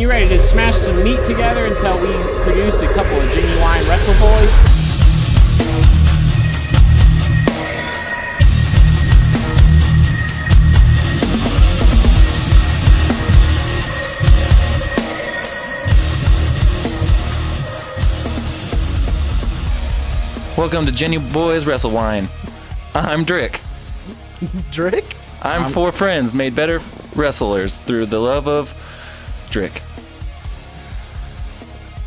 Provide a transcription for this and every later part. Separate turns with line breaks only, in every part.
You ready to smash some meat together until we produce a couple of genuine wrestle boys?
Welcome to Jenny Boys Wrestle Wine. I'm Drick.
Drake?
I'm, four friends made better wrestlers through the love of Drick.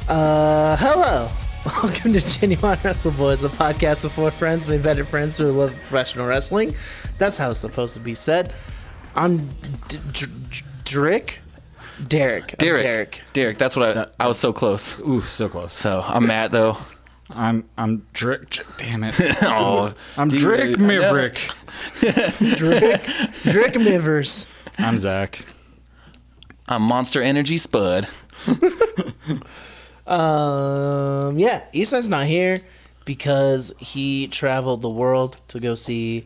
Uh, hello. Welcome to Genuine Wrestle Boys, a podcast of four friends made better friends who love professional wrestling. That's how it's supposed to be said. I'm D- D- D- Drake? Derek. I'm
Derek.
Derek.
Derek. That's what I. I was so close.
Ooh, so close.
So I'm mad though.
I'm I'm Drick. Damn it.
oh,
I'm
dude,
Drick
I know.
Maverick.
Drake. Drake Mivers.
I'm Zach.
I'm Monster Energy Spud.
Um, yeah, Eastside's not here because he traveled the world to go see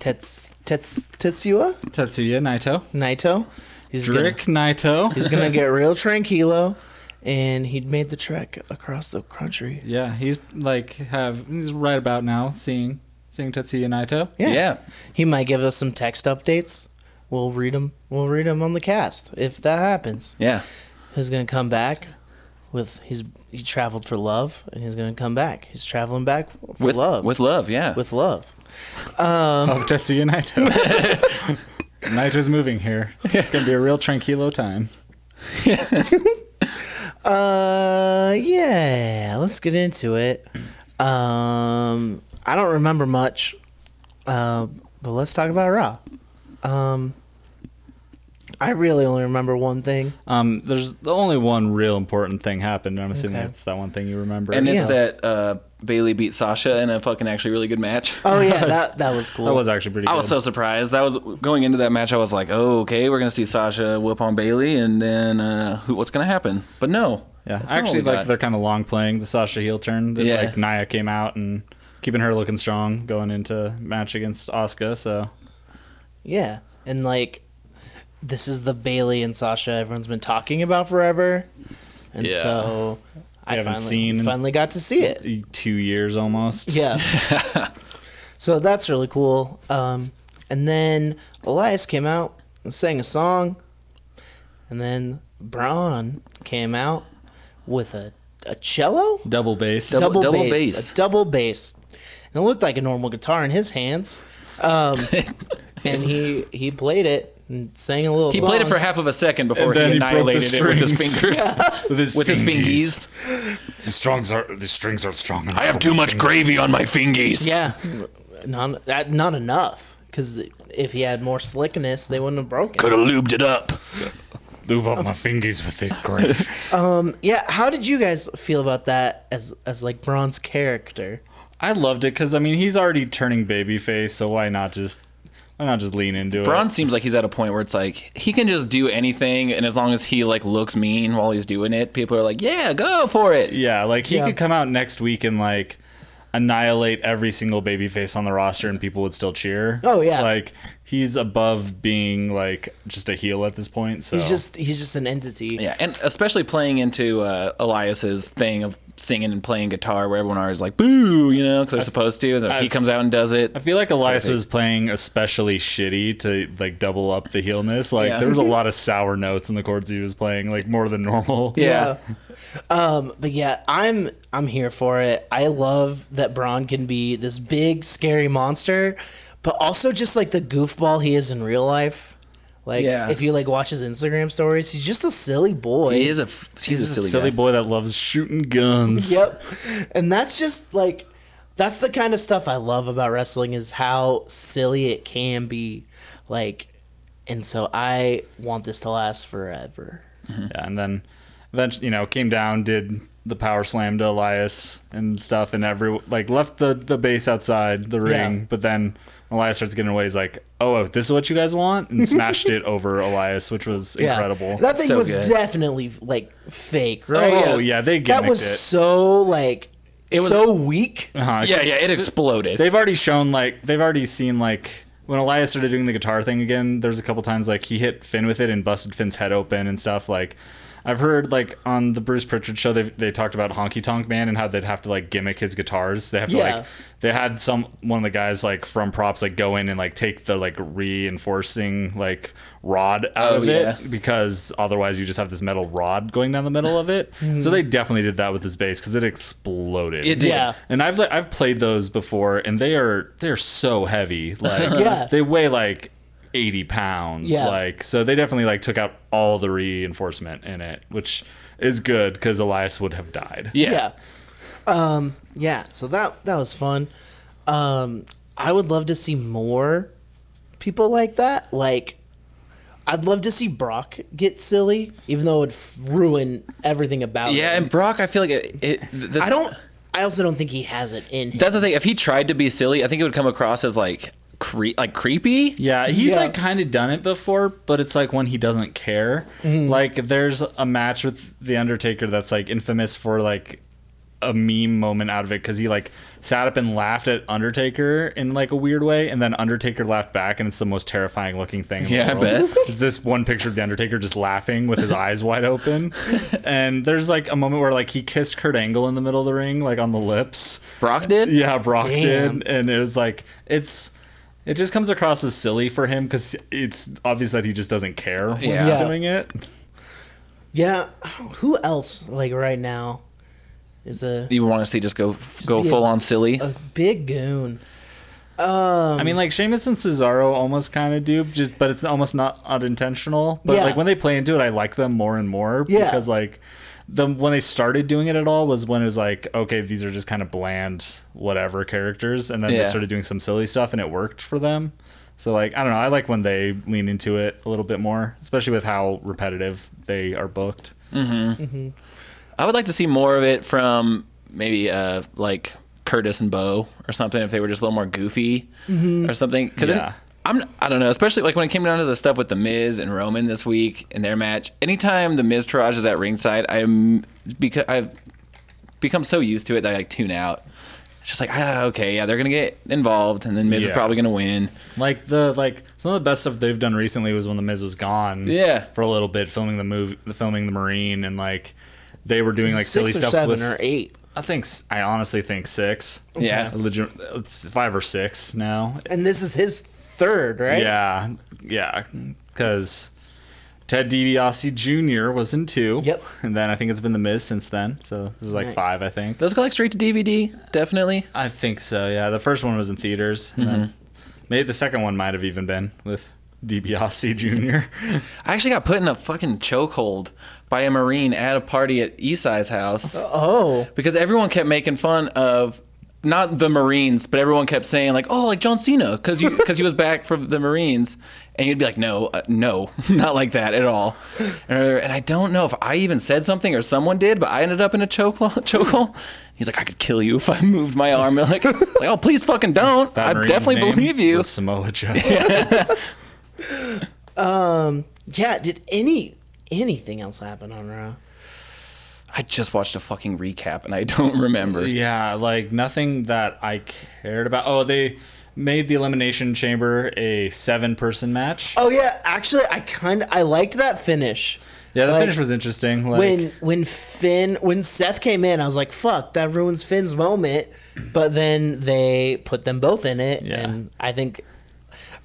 Tets, Tets, Tetsuya
Tetsuya Naito.
Naito. He's gonna-
Drick Naito.
He's gonna get real tranquilo, and he made the trek across the country.
yeah, he's like have he's right about now seeing seeing Tetsuya Naito.
Yeah.
Yeah.
He might give us some text updates. We'll read them. We'll read them on the cast if that happens.
Yeah.
He's gonna come back with he's he traveled for love, and he's gonna come back. He's traveling back for
With
love.
With love. Yeah.
with love. Um,
Oh, Tetsuya Naito. Naito's moving here. It's gonna be a real tranquilo time.
Uh, yeah, let's get into it. Um, I don't remember much, uh, but let's talk about Raw. Um, I really only remember one thing.
Um, there's only one real important thing happened. and I'm assuming
Okay.
that's that one thing you remember.
and
Yeah.
it's that uh, Bailey beat Sasha in a fucking actually really good match.
Oh yeah, that that was cool.
that was actually Oh, pretty.
I
Good.
was so surprised. That was going into that match. I was like, "Oh, okay, we're gonna see Sasha whoop on Bailey, and then uh, who, what's gonna happen?" But no,
Yeah,
That's
I
not
actually
what we
like
got.
they're kind of long playing the Sasha heel turn. That,
Yeah.
like Naya came out and keeping her looking strong going into match against Asuka. So
yeah, and like this is the Bailey and Sasha everyone's been talking about forever, and
Yeah.
so I
haven't
finally
seen-
finally got to see it.
e- two years almost.
Yeah. so that's really cool. Um, and then Elias came out and sang a song. And then Braun came out with a, a cello?
double bass.
Double- bass.
A double bass. And it looked like a normal guitar in his hands. Um, and he he played it and sang a little
He
song.
played it for half of a second before
And
he
then he broke the
annihilated it with his
strings.
fingers,
with his
with his fingies.
The strongs are the strings are strong enough.
I have too much gravy on my fingies.
Yeah. Not, that- not enough. Because if he had more slickness, they wouldn't have broken.
could have lubed it up.
Lube up my fingers with it. Great.
Yeah, how did you guys feel about that as as like Braun's character?
I loved it because I mean he's already turning babyface, so why not just why not just lean into
Braun
it?
seems like he's at a point where it's like he can just do anything, and as long as he like looks mean while he's doing it, people are like, "Yeah, go for it."
Yeah, like he
Yeah.
could come out next week and like annihilate every single babyface on the roster, and people would still cheer.
Oh, yeah.
like he's above being like just a heel at this point. So
He's just he's just an entity.
Yeah, and especially playing into uh, Elias's thing of singing and playing guitar, where everyone always like "boo," you know, because they're supposed to. And he
I've-
comes out and does it.
I feel like Elias was playing especially shitty to like double up the heelness. Like
Yeah.
there was a lot of sour notes in the chords he was playing, like more than normal.
yeah.
Um, but yeah, I'm I'm here for it. I love that Braun can be this big scary monster, but also just like the goofball he is in real life. Like
Yeah.
if you like watch his Instagram stories, he's just a silly boy.
he is a f- he's, a
He's a
silly,
silly,
guy.
boy that loves shooting guns.
Yep. And that's just like that's the kind of stuff I love about wrestling is how silly it can be. Like and so I want this to last forever.
Yeah, and then eventually, you know, came down, did the power slam to Elias and stuff, and every like left the the base outside the
Yeah.
ring. But then when Elias starts getting away. He's like, "Oh, oh, this is what you guys want," and smashed it over Elias, which was incredible.
That thing
So
was
good.
definitely like fake, right?
oh yeah, they gimmicked
that was
it.
so like it was so weak.
Uh-huh.
Yeah, yeah, it exploded.
they've already shown like they've already seen like when Elias started doing the guitar thing again, there's a couple times like he hit Finn with it and busted Finn's head open and stuff. Like I've heard like on the Bruce Pritchard show, they they talked about Honky Tonk Man and how they'd have to like gimmick his guitars. They have to
Yeah.
like they had some one of the guys like from props like go in and like take the like reinforcing like rod out
Oh,
of
yeah.
it because otherwise you just have this metal rod going down the middle of it.
Hmm.
so they definitely did that with his bass because it exploded.
It did.
Yeah.
And I've li- I've played those before, and they are they're so heavy. Like
Yeah.
they weigh like eighty pounds.
Yeah.
Like so they definitely like took out all the reinforcement in it, which is good because Elias would have died.
Yeah.
yeah. Um, yeah. So that that was fun. Um, I would love to see more people like that. Like, I'd love to see Brock get silly, even though it would f- ruin everything about.
Yeah,
him.
and Brock, I feel like it. it that's,
I don't. I also don't think he has it in him.
That's the thing. If he tried to be silly, I think it would come across as like cre- like creepy.
Yeah, he's
Yeah.
like kind of done it before, but it's like when he doesn't care. Like there's a match with the Undertaker that's like infamous for like a meme moment out of it because he like sat up and laughed at Undertaker in like a weird way, and then Undertaker laughed back, and it's the most terrifying looking thing. In
Yeah, I
the world.
bet.
It's this one picture of the Undertaker just laughing with his eyes wide open, and there's like a moment where like he kissed Kurt Angle in the middle of the ring, like on the lips.
Brock did.
Yeah, Brock
Damn.
did, and it was like it's it just comes across as silly for him because it's obvious that he just doesn't care when
Yeah.
he's
Yeah.
doing it.
Yeah. I don't- Who else like right now is a
You want to see just go go
be a-
full on silly.
a big goon? Um,
I mean, like Sheamus and Cesaro almost kind of do, just but it's almost not unintentional. But
Yeah.
like when they play into it, I like them more and more
Yeah.
because like the when they started doing it at all was when it was like okay, these are just kind of bland whatever characters, and then
Yeah.
they started doing some silly stuff, and it worked for them. So like I don't know, I like when they lean into it a little bit more, especially with how repetitive they are booked.
I would like to see more of it from maybe uh, like Curtis and Bo or something if they were just a little more goofy or something. Because
Yeah.
I'm I don't know, especially like when it came down to the stuff with the Miz and Roman this week in their match. Anytime the Miz Taraj is at ringside, I am because I've become so used to it that I like tune out. It's just like ah okay yeah they're gonna get involved and then Miz is
Yeah.
probably gonna win.
Like the like some of the best stuff they've done recently was when the Miz was gone.
Yeah.
For a little bit, filming the movie, filming the Marine, and like they were doing like
Six
silly
or
stuff
seven
with.
or eight.
I think s- I honestly think six.
Yeah.
Legit, it's five or six now.
And this is his third, right?
Yeah, yeah, because Ted DiBiase Jr. was in two.
Yep.
And then I think it's been the Miz since then. So this is like
Nice.
five, I think.
Those go like straight to DVD definitely.
I think so. Yeah, the first one was in theaters. And then
Mm-hmm.
maybe the second one might have even been with DiBiase Jr.
I actually got put in a fucking chokehold by a Marine at a party at Esai's house.
Oh.
because everyone kept making fun of not the Marines, but everyone kept saying like, "Oh, like John Cena," because you because he was back from the Marines, and you'd be like, "No, uh, no, not like that at all." And, and I don't know if I even said something or someone did, but I ended up in a choke chokehold. He's like, "I could kill you if I moved my arm." And like, it's like, "Oh, please fucking don't."
That
I
Marine's
definitely
name
believe you.
was Samoa Joe.
Yeah. Did any anything else happen on Raw?
I just watched a fucking recap, and I don't remember.
yeah, like nothing that I cared about. Oh, they made the Elimination Chamber a seven person match.
Oh yeah. Actually, I kind of I liked that finish.
yeah, the
like,
finish was interesting. Like,
when when Finn when Seth came in, I was like, "Fuck, that ruins Finn's moment." But then they put them both in it,
Yeah.
and I think,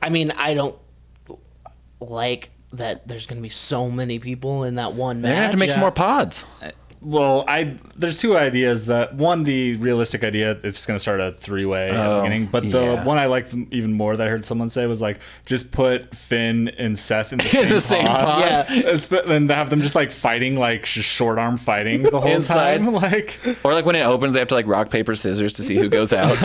I mean, I don't like that. There's gonna be so many people in that one
They're gonna
match.
have to make some
yeah.
more pods.
well, I there's two ideas that one the realistic idea it's just gonna start a three way at the
Oh,
beginning, but the
yeah.
one I liked even more that I heard someone say was like just put Finn and Seth in the same,
the same
pod.
pod.
Yeah.
Espe- and have them just like fighting like sh- short arm fighting the whole
Inside.
time like
Or like when it opens, they have to like rock paper scissors to see who goes out.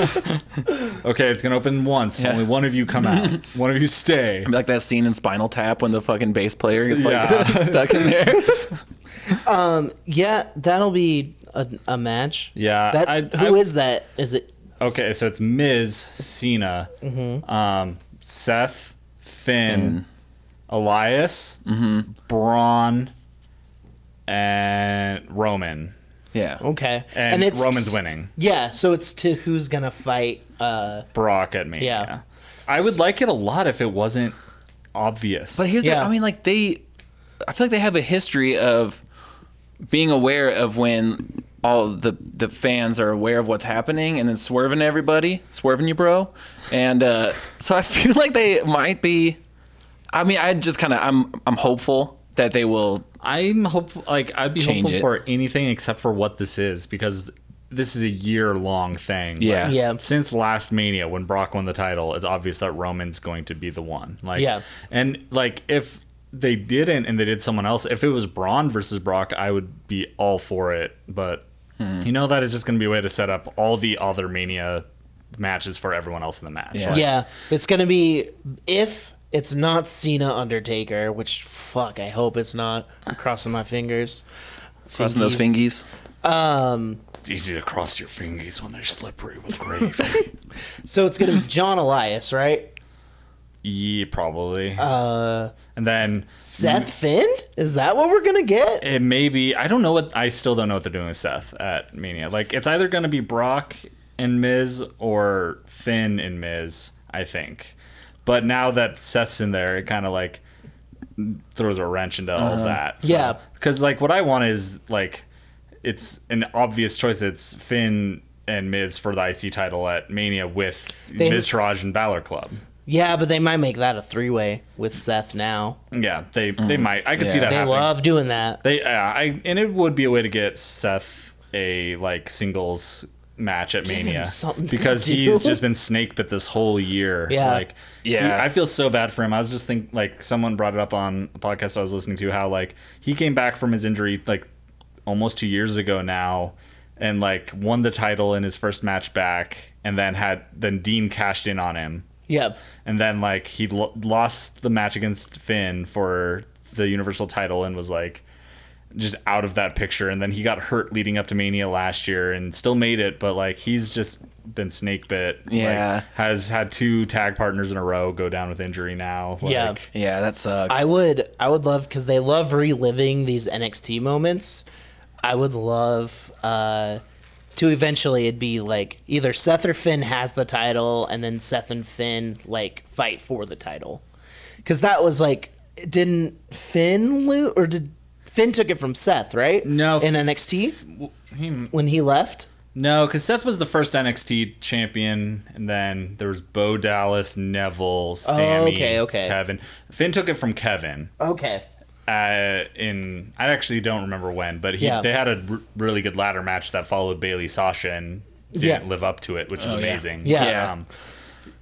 Okay, it's gonna open once. Only one of you come out. one of you stay.
Like that scene in Spinal Tap when the fucking bass player gets like
Yeah.
stuck in there.
yeah, that'll be a, a match.
Yeah,
that's who
I-
is
I-
that? Is it?
Okay, so it's Miz, Cena, um, Seth, Finn, Elias,
Mm-hmm.
Braun, and Roman.
Yeah.
Oh,
Okay,
And, Roman's winning.
Yeah, so it's to who's gonna fight. Uh,
Brock at me.
Yeah.
I would like it a lot if it wasn't obvious.
But here's
Yeah.
the I mean like they I feel like they have a history of being aware of when all the the fans are aware of what's happening and then swerving everybody, swerving you, bro. And uh, so I feel like they might be. I mean, I just kind of I'm I'm hopeful that they will.
I'm hope like I'd be
Change
hopeful
it.
for anything except for what this is because this is a year long thing.
Yeah.
Like,
Yeah.
Since last Mania when Brock won the title, it's obvious that Roman's going to be the one. Like
Yeah.
and like if they didn't and they did someone else, if it was Braun versus Brock, I would be all for it. But you know that is just gonna be a way to set up all the other mania matches for everyone else in the match.
Yeah.
Like,
Yeah, it's gonna be if it's not Cena Undertaker, which fuck, I hope it's not. I'm crossing my fingers.
Crossing those fingies.
Um,
It's easy to cross your fingers when they're slippery with gravy.
so it's gonna be John Elias, right?
yeah probably. Uh and then
Seth Finn? Is that what we're gonna get?
It may be. I don't know what. I still don't know what they're doing with Seth at Mania. Like it's either going to be Brock and Miz or Finn and Miz. I think. But now that Seth's in there, it kind of like throws a wrench into all that.
Uh-huh. Yeah.
Because like what I want is like it's an obvious choice. It's Finn and Miz for the IC title at Mania with
They-
Miz Taraj and Balor Club.
Yeah, but they might make that a three way with Seth now.
Yeah, they they might. I could see
Yeah.
that.
Mm. They
happening.
love doing that.
They, uh, I, and it would be a way to get Seth a like singles match at Mania
something to
because
do.
he's just been snake bit this whole year.
Yeah.
like
Yeah.
he- I feel so bad for him. I was just think like someone brought it up on a podcast I was listening to how like he came back from his injury like almost two years ago now and like won the title in his first match back and then had then Dean cashed in on him
Yep.
and then like he lo- lost the match against Finn for the Universal title and was like just out of that picture and then he got hurt leading up to Mania last year and still made it but like he's just been snake bit like,
Yeah.
has had two tag partners in a row go down with injury now like,
Yeah.
Yeah, uh, that sucks.
I would I would love because they love reliving these NXT moments. I would love uh, to eventually it'd be like either Seth or Finn has the title, and then Seth and Finn like fight for the title. Because that was like, didn't Finn lose or did Finn took it from Seth right?
No.
in NXT when he left.
no because Seth was the first NXT champion and then there was Bo Dallas Neville Sammy
Oh, okay, okay.
Kevin Finn took it from Kevin
Okay.
uh, in I actually don't remember when, but he
Yeah.
they had a r- really good ladder match that followed Bailey Sasha and didn't
Yeah.
live up to it, which is amazing.
Oh, Yeah. Yeah.
Um,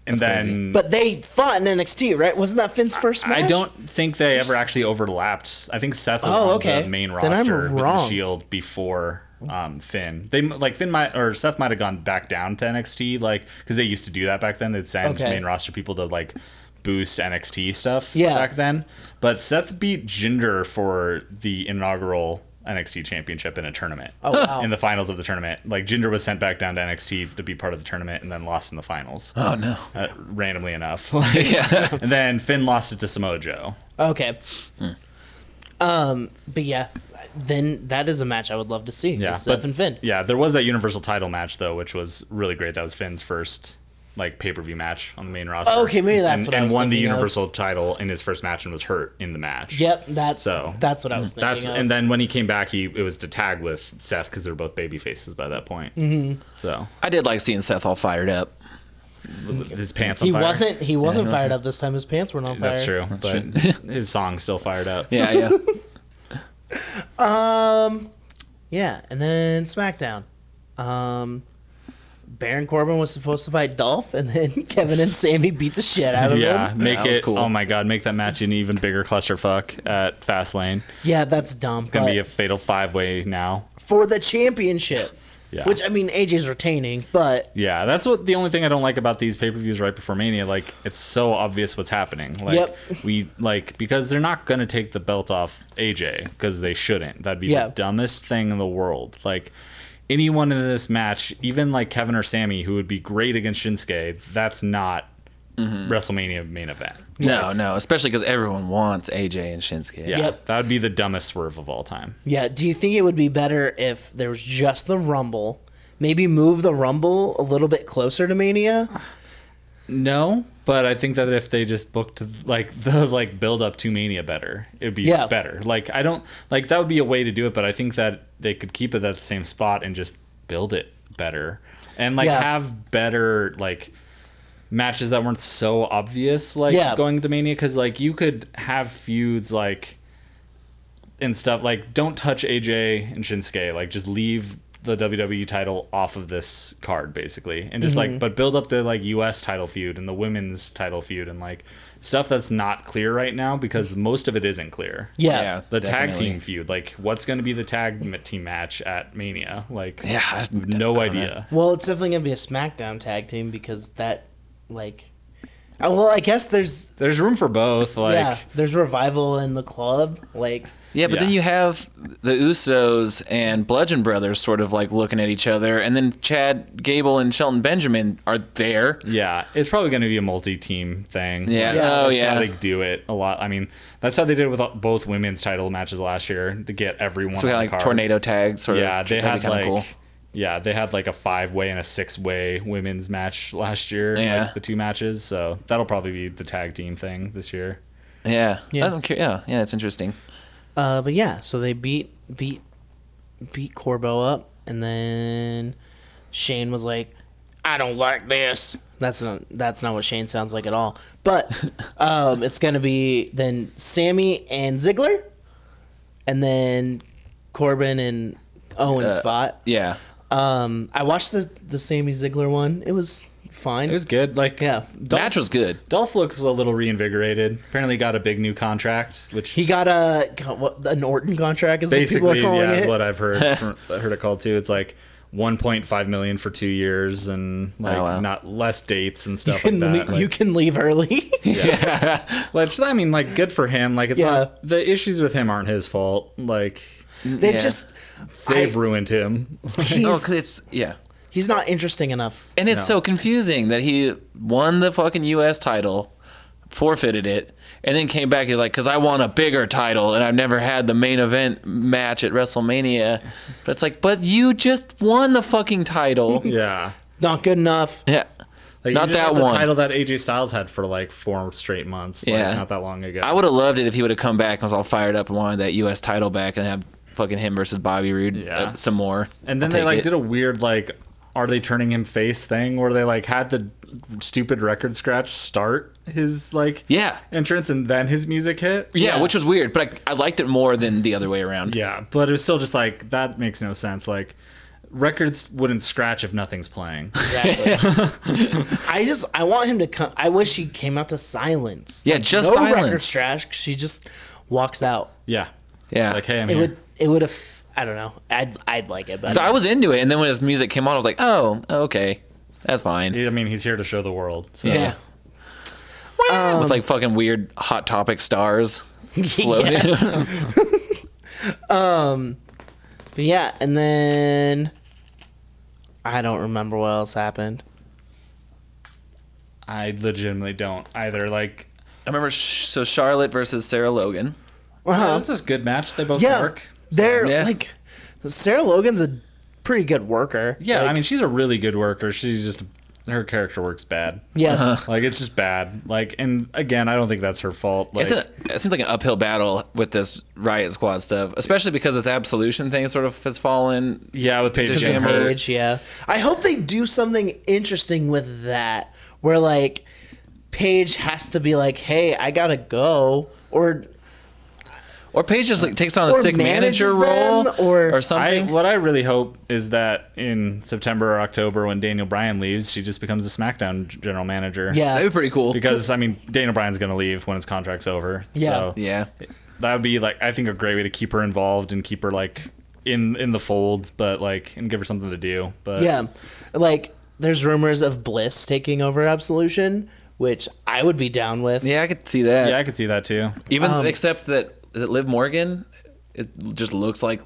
and then
But they fought in NXT, right? Wasn't that Finn's first match?
Mm. I don't think they ever actually overlapped. I think Seth was
Oh,
on
okay.
the main
Then I'm
roster with the
wrong.
Shield before um, Finn. They m- like Finn might or Seth might have gone back down to NXT, like because they used to do that back then. They'd send
Okay.
main roster people to like boost NXT stuff
Yeah.
back then. But Seth beat Jinder for the inaugural. NXT Championship in a tournament. Oh
wow.
In the finals of the tournament, like Jinder was sent back down to NXT to be part of the tournament and then lost in the finals,
oh no.
uh, randomly enough. and then Finn lost it to Samoa Joe.
Okay. Um, but yeah, then that is a match I would love to see.
Yeah,
Yeah, Seth and Finn.
Yeah, there was that Universal title match though, which was really great. That was Finn's first like pay per view match on the main roster.
Oh, Okay, maybe that's
and,
what I
and
was
won the
thinking of.
Universal title in his first match and was hurt in the match.
Yep, that's
So- mm,
that's what I was thinking.
That's
of.
and then when he came back, he it was to tag with Seth because they were both baby faces by that point. Mm-hmm. So
I did like seeing Seth all fired up.
with his pants on
he
fire.
wasn't he wasn't fired up this time. His pants were not fired.
That's true, but his song's still fired up.
Yeah, yeah.
Yeah, and then SmackDown. Um, Baron Corbin was supposed to fight Dolph, and then Kevin and Sammy beat the shit out of
Yeah,
him.
make
That was
it.
cool.
Oh my God, make that match an even bigger clusterfuck at Fastlane.
Yeah, that's dumb.
Gonna
but
be a fatal five way now.
for the championship,
Yeah.
which I mean, AJ's retaining, but
Yeah, that's what the only thing I don't like about these pay per views right before Mania. Like, it's so obvious what's happening. Like,
Yep.
we like because they're not gonna take the belt off AJ because they shouldn't. That'd be
Yeah.
the dumbest thing in the world. Like, anyone in this match, even like Kevin or Sammy, who would be great against Shinsuke, that's not WrestleMania main event.
No, no, especially because everyone wants AJ and Shinsuke.
Yeah,
Yep.
that would be the dumbest swerve of all time.
Yeah. Do you think it would be better if there was just the Rumble? Maybe move the Rumble a little bit closer to Mania?
No, But I think that if they just booked like the like build up to Mania better, it'd be
Yeah.
better. Like I don't like that would be a way to do it, but I think that they could keep it at the same spot and just build it better and like
Yeah.
have better like matches that weren't so obvious like
Yeah.
going to Mania cuz like you could have feuds like and stuff like don't touch AJ and Shinsuke like just leave the WWE title off of this card basically and just like but build up the like US title feud and the women's title feud and like stuff that's not clear right now because most of it isn't clear
Yeah.
Yeah.
the tag
Definitely.
team feud like what's going to be the tag ma- team match at Mania like
Yeah, I-
no idea
Well, it's definitely gonna be a SmackDown tag team because that, like, uh, well, I guess there's
there's room for both like
yeah, there's revival in the club. Like,
Yeah, but then
Yeah.
you have the Usos and Bludgeon Brothers sort of like looking at each other, and then Chad Gable and Shelton Benjamin are there.
Yeah, it's probably going to be a multi-team thing.
Yeah. Oh,
Like, that's
yeah.
How they do it a lot. I mean, that's how they did with all- both women's title matches last year to get everyone.
So we
on
got
the
like
card.
tornado tags, sort
Yeah,
of.
they
that'd
had
be kinda
like. Yeah, they had like a five-way and a six-way women's match last year.
Yeah.
like, the two matches. So that'll probably be the tag team thing this year.
Yeah.
Yeah.
Yeah. I'm curious. Yeah. Yeah. It's interesting.
uh, but yeah, so they beat beat beat Corbo up, and then Shane was like, "I don't like this." That's not that's not what Shane sounds like at all. But um, it's gonna be then Sammy and Ziggler, and then Corbin and Owens fought.
Yeah.
Um, I watched the the Sammy Ziggler one. It was fine.
It was good. Like
Yeah.
Match was good.
Dolph looks a little reinvigorated. Apparently, got a big new contract, which
he got a got what, an Orton contract is what
basically
people are calling
yeah is
it.
what i've heard from- heard it called too it's like 1.5 million for two years and like
Oh, wow.
not less dates and
you,
stuff
can
like that
le-
like,
you can leave early.
which i mean like good for him like it's
Yeah.
not the issues with him aren't his fault like
They've
Yeah.
just
they've
I-
ruined him
Oh,
he's
'cause it's yeah.
he's not interesting enough.
And it's so confusing that he won the fucking U.S. title, forfeited it, and then came back. He's like, "Cause I want a bigger title, and I've never had the main event match at WrestleMania." But it's like, but you just won the fucking title.
yeah
Not good enough.
yeah.
like, you
Not
just
that
had the
one.
title that aj styles had for like four straight months like,
Yeah.
not that long ago
I would have loved it if he would have come back and was all fired up and wanted that U.S. title back and have fucking him versus Bobby Roode
Yeah.
uh, some more.
And then they like did a weird like are they turning him face thing where they like had the stupid record scratch start his like
Yeah.
entrance and then his music hit.
yeah, which was weird, but I, I liked it more than the other way around.
Yeah, but it was still just like that makes no sense. Like records wouldn't scratch if nothing's playing.
I just I want him to come. I wish he came out to silence.
Yeah, just
no record
silence.
trash. She just walks out.
yeah.
Yeah.
Like hey, I'm
It
here.
would it would have. I don't know. I'd I'd like it, but
So I was into it, and then when his music came on, I was like, "Oh, okay, that's fine."
I mean, he's here to show the world. So.
yeah.
With like fucking weird hot topic stars floating.
yeah. But yeah, and then I don't remember what else happened.
I legitimately don't either. Like
I remember sh- so Charlotte versus Sarah Logan.
oh, this is a good match. They both
Uh-huh. Yeah,
work.
they're
Yeah.
like Sarah Logan's a pretty good worker.
Yeah,
Like,
I mean, she's a really good worker. She's just her character works bad.
yeah,
Uh-huh.
like it's just bad like and again i don't think that's her fault like
It's an, it seems like an uphill battle with this Riot Squad stuff, especially because this absolution thing sort of has fallen.
yeah with paige
Just
and
Amber.
her
Paige, yeah. I hope they do something interesting with that, where like Paige has to be like, "Hey, I gotta go," or
Or Paige just like takes on a
Or
sick manager
manages them,
role
or-
or
I,
something.
what i really hope is that in september or october when daniel bryan leaves she just becomes a smackdown g- general manager
That'd
yeah,
be pretty cool.
because i mean daniel bryan's gonna leave when his contract's over
Yeah.
so
yeah,
that would be like i think a great way to keep her involved and keep her like in in the fold but like and give her something to do but
yeah. Like, there's rumors of Bliss taking over Absolution, which I would be down with.
yeah, I could see that.
yeah i could see that too
Even except that is it Liv Morgan, it just looks like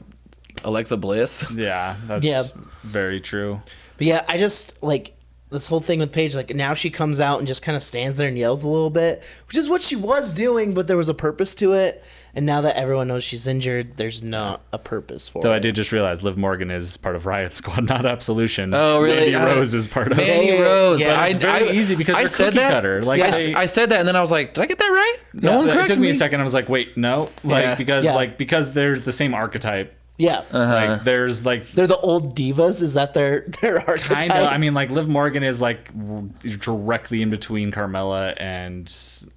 Alexa Bliss.
yeah that's
Yeah.
very true
But yeah, I just like the- this whole thing with Paige. Like now she comes out and just kind of stands there and yells a little bit, which is what she was doing, but there was a purpose to it. And now that everyone knows she's injured, there's not a purpose for
Though
it.
I did just realize Liv Morgan is part of Riot Squad, not Absolution.
Oh, really?
Mandy
Uh,
Rose is part of
Mandy
Yeah,
Rose.
yeah,
I,
it's very
I-
easy because
I
they're
said
cookie
that.
cutter. Like,
I,
they-
I said that, and then I was like, "Did I get that right?" No one
it
corrected
took me a second. I was like, wait, no, like
Yeah. Uh-huh.
because
Yeah.
like because there's the same archetype.
yeah,
Like there's like
they're the old divas. Is that their their archetype?
kind of. I mean, like Liv Morgan is like w- directly in between Carmella and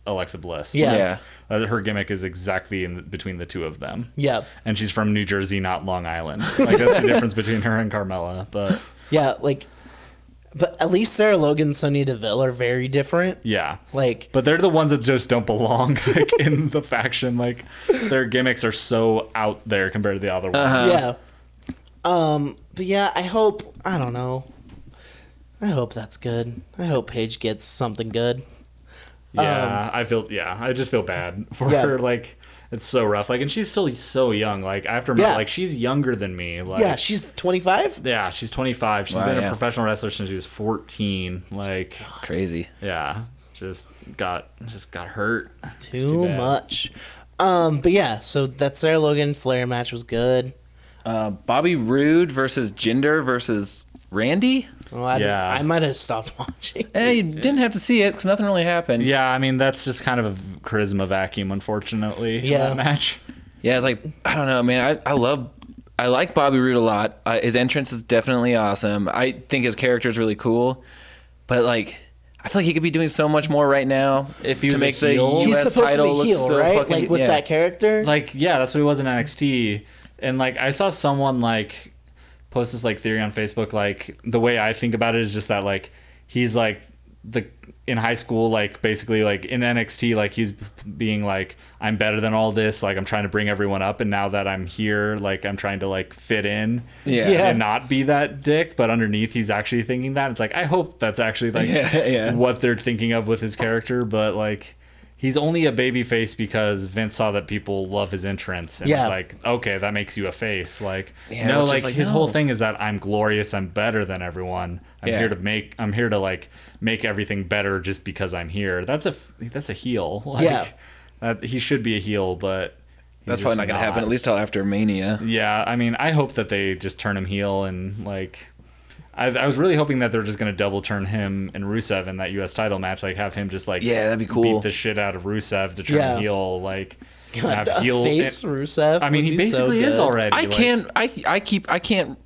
Alexa Bliss.
Yeah.
Yeah.
Uh, her gimmick is exactly in between the two of them.
yeah,
And she's from New Jersey, not Long Island. Like that's the difference between her and Carmella. But
yeah, like. But at least Sarah Logan and Sonya Deville are very different.
yeah.
Like,
But they're the ones that just don't belong like in the faction. Like their gimmicks are so out there compared to the other ones.
yeah. Um, but yeah, I hope I don't know. I hope that's good. I hope Paige gets something good.
Yeah, I feel yeah, I just feel bad for
Um, Yeah.
her. Like it's so rough. Like and she's still so young. Like I have to remember
Yeah.
like she's younger than me. Like
Yeah, she's 25.
yeah, she's 25. She's
Wow,
been a
yeah.
professional wrestler since she was 14. Like
Crazy.
yeah, just got just got hurt.
Too
bad.
much. Um, but yeah, so that Sarah Logan Flair match was good.
Uh, Bobby Roode versus Jinder versus Randy.
Oh, I,
Yeah.
I might have stopped watching.
Eh, you didn't have to see it because nothing really happened.
Yeah, I mean that's just kind of a charisma vacuum unfortunately in
Yeah.
that match.
Yeah, it's like I don't know, man. I, I love, I like Bobby Roode a lot. Uh, his entrance is definitely awesome. I think his character is really cool, but like, I feel like he could be doing so much more right now if he
was
to
a
make the
heel?
U.S.
He's supposed to
title
be
look
heel,
so
right?
fucking
like with
yeah.
that character.
like yeah that's what he was in nxt and like i saw someone like post this like theory on facebook like the way i think about it is just that like he's like the in high school like basically like in nxt like he's being like i'm better than all this like i'm trying to bring everyone up and now that i'm here like i'm trying to like fit in
Yeah.
Yeah.
and not be that dick but underneath he's actually thinking that it's like i hope that's actually like
Yeah, yeah.
what they're thinking of with his character, but like he's only a baby face because Vince saw that people love his entrance and
Yeah.
it's like, okay, that makes you a face. Like
Yeah,
no,
which is
like,
like,
his whole
no.
thing is that I'm glorious, I'm better than everyone. I'm
Yeah.
here to make I'm here to like make everything better just because I'm here. That's a that's a heel. Like
Yeah.
that, he should be a heel, but he's
That's probably not
just
gonna happen. At least till after Mania.
yeah, I mean, I hope that they just turn him heel and like. I, I was really hoping that they're just going to double turn him and Rusev in that U.S. title match, like have him just like
Yeah, that'd be cool.
beat the shit out of Rusev to turn
Yeah.
heel, like and
God, a face Rusev.
I mean,
would
he
be so
basically is
good.
already.
I
like-
can't. I I keep. I can't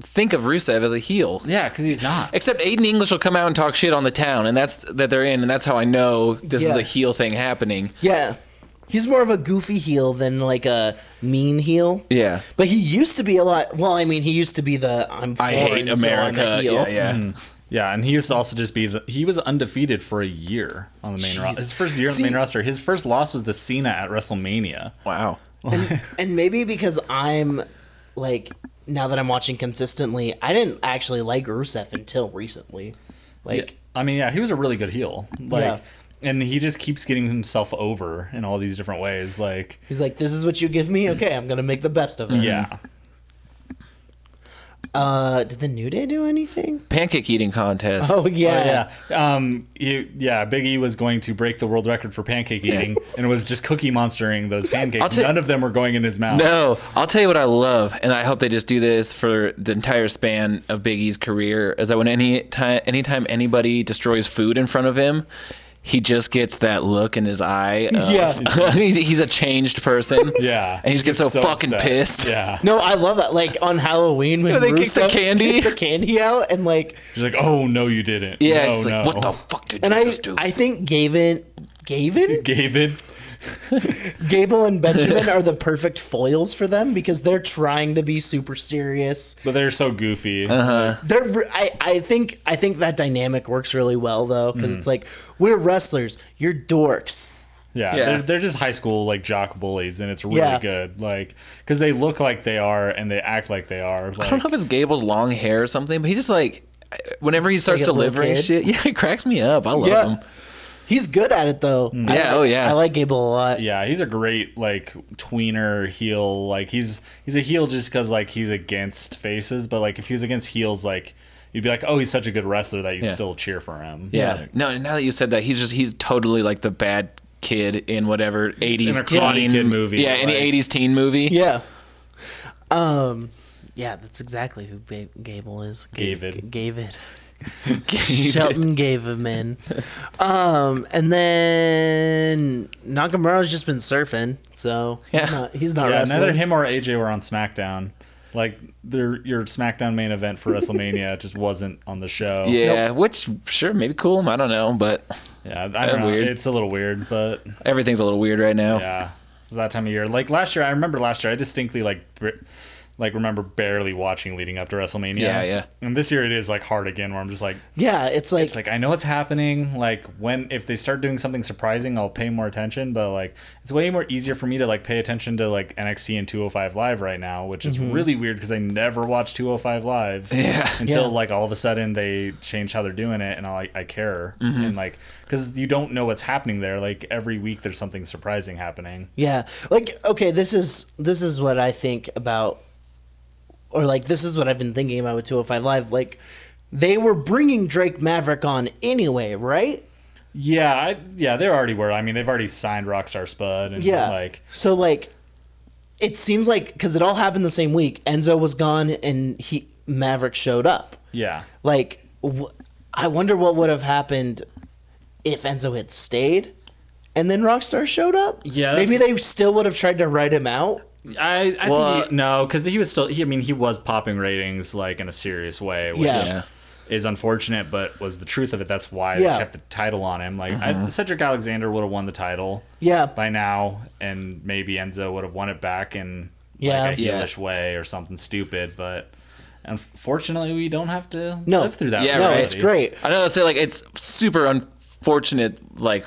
think of Rusev as a heel.
Yeah, because he's not.
Except Aiden English will come out and talk shit on the town, and that's that they're in, and that's how I know this is
Yeah.
a heel thing happening.
Yeah. He's more of a goofy heel than like a mean heel.
Yeah.
But he used to be a lot. Well, I mean, he used to be the I'm
I hate
foreign, so I'm a
America.
heel.
yeah, yeah.
Yeah, and he used to also just be the, he was undefeated for a year on the main roster. His first year on the main
See-
roster, his first loss was to Cena at WrestleMania.
Wow.
And maybe because I'm like now that I'm watching consistently, I didn't actually like Rusev until recently. Like,
Yeah. I mean, yeah, he was a really good heel. Like,
Yeah.
and he just keeps getting himself over in all these different ways. Like,
he's like, "This is what you give me. Okay, I'm gonna make the best
Mm-hmm.
of it."
yeah,
Uh, did the New Day do anything?
Pancake eating contest.
Oh yeah,
yeah, um, you, yeah. Big E was going to break the world record for pancake eating, and was just cookie monstering those pancakes.
tell-
None of them were going in his mouth.
No, I'll tell you what I love, and I hope they just do this for the entire span of Big E's career. Is that when any time, anytime anybody destroys food in front of him, he just gets that look in his eye. Of,
Yeah.
he- he's a changed person.
Yeah,
and he just gets so, fucking
upset.
pissed.
Yeah,
No, I love that. Like on Halloween when
Yeah, they
Rusev
kick the candy.
kicked the candy out, and like,
she's like, "Oh no, you didn't."
yeah.
no,
he's like,
no."
what the fuck did
and
you
I,
just do?
I think Gavin, Gavin,
David?
Gable and Benjamin are the perfect foils for them because they're trying to be super serious.
But they're so goofy.
Uh-huh.
They're re- I, I think I think that dynamic works really well though because
Mm.
it's like we're wrestlers, you're dorks.
Yeah,
Yeah.
They're, they're just high school like jock bullies, and it's really
Yeah.
good. Like, because they look like they are and they act like they are. Like,
I don't know if it's Gable's long hair or something, but he just like, whenever he starts
Like a little
delivering
kid?
shit, yeah, it cracks me up. I love him.
he's good at it though. I
Yeah,
like-
oh, yeah.
I like Gable a lot.
Yeah, he's a great like tweener heel. Like he's he's a heel just because like he's against faces, but like if he was against heels, like you'd be like, oh, he's such a good wrestler that you'd
Yeah.
still cheer for him.
Yeah. No, now that you said that, he's just he's totally like the bad kid in whatever 80s
In a Karate
teen
Kid movie,
Yeah, any
like-
80s teen movie.
Yeah. Um. Yeah, that's exactly who Ba- Gable is. Ga-
Gavid.
Gavid. Shelton Gaviman. Um, and then Nakamura's just been surfing, so
Yeah.
he's not, he's not
Yeah,
wrestling.
neither him or AJ were on SmackDown. Like their your SmackDown main event for WrestleMania just wasn't on the show.
Yeah, which sure maybe cool. I don't know, but
yeah. I don't know.
weird.
It's a little weird, but
everything's a little weird right now.
yeah, it's that time of year. Like last year, I remember last year I distinctly like br- like remember barely watching leading up to WrestleMania.
Yeah, yeah.
And this year it is like hard again, where I'm just like,
Yeah, it's like,
it's like I know it's happening. Like when if they start doing something surprising, I'll pay more attention. But like it's way more easier for me to like pay attention to like NXT and 205 Live right now, which is really weird because I never watch 205 Live
Yeah.
until
Mm-hmm. Yeah.
like all of a sudden they change how they're doing it, and I like I care
Mm-hmm.
and like because you don't know what's happening there. Like every week there's something surprising happening.
yeah, like okay, this is this is what I think about, or like this is what I've been thinking about with 205 Live. Like they were bringing Drake Maverick on anyway, right?
Yeah, I, yeah, they already were. I mean, they've already signed Rockstar Spud and
Yeah.
like
so like it seems like cuz it all happened the same week. Enzo was gone and he Maverick showed up.
yeah.
Like wh- I wonder what would have happened if Enzo had stayed and then Rockstar showed up.
Yeah, that's-
Maybe they still would have tried to write him out.
I, I
Well,
think he, no, because he was still. He, I mean, he was popping ratings like in a serious way, which
Yeah.
Yeah.
is unfortunate, but was the truth of it. That's why
Yeah.
they kept the title on him. Like
Mm-hmm.
I, Cedric Alexander would have won the title
Yeah.
by now, and maybe Enzo would have won it back in
Yeah.
like a
Yeah.
heelish way or something stupid. But unfortunately, we don't have to
No.
live through that.
Yeah,
no,
right.
it's great.
I know. So like, it's super unfortunate. Like,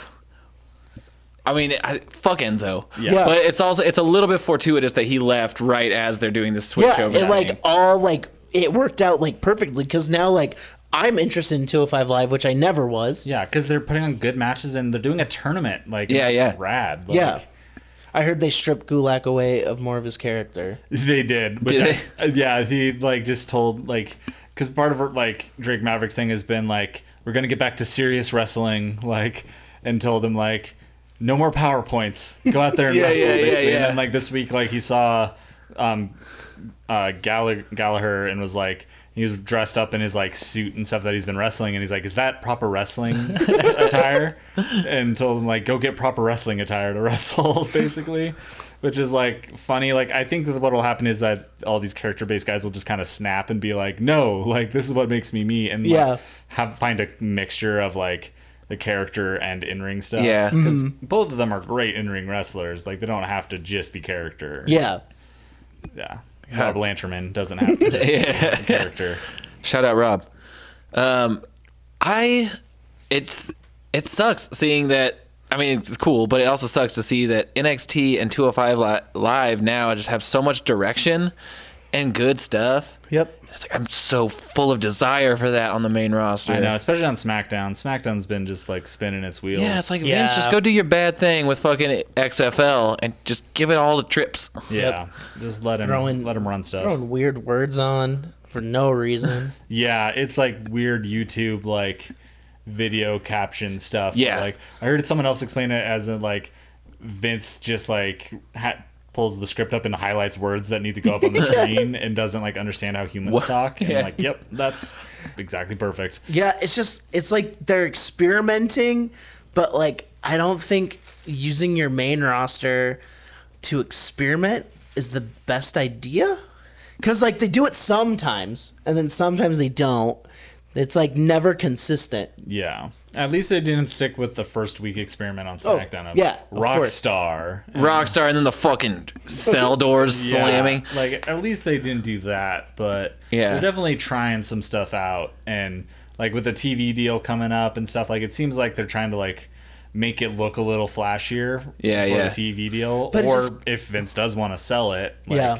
I mean, I, fuck Enzo.
Yeah.
But it's also it's a little bit fortuitous that he left right as they're doing this switch
Yeah,
over.
it like
thing.
all like it worked out like perfectly cuz now like I'm interested in 205 Live, which I never was.
Yeah, because they're putting on good matches and they're doing a tournament. Like
Yeah,
that's
yeah.
rad. Like,
Yeah. I heard they stripped Gulak away of more of his character.
They did. Which
Did
I, uh, yeah, he like just told like because part of her, like Drake Maverick's thing has been like we're gonna get back to serious wrestling like and told him like no more powerpoints go out there and
Yeah,
wrestle
yeah, yeah,
basically and
yeah.
then like this week like he saw um uh Gall- Gallagher and was like he was dressed up in his like suit and stuff that he's been wrestling and he's like is that proper wrestling attire and told him like go get proper wrestling attire to wrestle basically which is like funny like I think that what will happen is that all these character based guys will just kind of snap and be like no like this is what makes me me and like,
Yeah.
have find a mixture of like the character and in-ring stuff
Yeah.
Mm-hmm.
because both of them are great in-ring wrestlers like they don't have to just be character
Yeah.
yeah. Rob Lanterman doesn't have to just
Yeah.
be a character.
Shout out Rob. Um, I it's it sucks seeing that. I mean, it's cool, but it also sucks to see that NXT and 205 Li- Live now just have so much direction and good stuff.
Yep.
It's like I'm so full of desire for that on the main roster.
I know, especially on SmackDown. SmackDown's been just like spinning its wheels.
Yeah, it's like
Yeah.
Vince, just go do your bad thing with fucking XFL and just give it all the trips.
yeah, just let him
Throwing-
let him run stuff.
throwing weird words on for no reason.
Yeah, it's like weird YouTube like video caption stuff.
Yeah.
like I heard someone else explain it as in like Vince just like ha- pulls the script up and highlights words that need to go up on the screen and doesn't like understand how humans talk. And
Yeah.
like, yep, that's exactly perfect.
yeah, it's just it's like they're experimenting, but like I don't think using your main roster to experiment is the best idea. Cause like they do it sometimes, and then sometimes they don't. It's like never consistent.
Yeah. At least they didn't stick with the first week experiment on
Oh,
SmackDown. of
yeah, of course.
Rockstar.
Rockstar and then the fucking cell doors
Yeah,
slamming.
Like at least they didn't do that, but
Yeah.
they're definitely trying some stuff out and like with the TV deal coming up and stuff. Like it seems like they're trying to like make it look a little flashier.
Yeah,
for
yeah.
The TV deal,
But it
or
just-
if Vince does want to sell it, like,
yeah.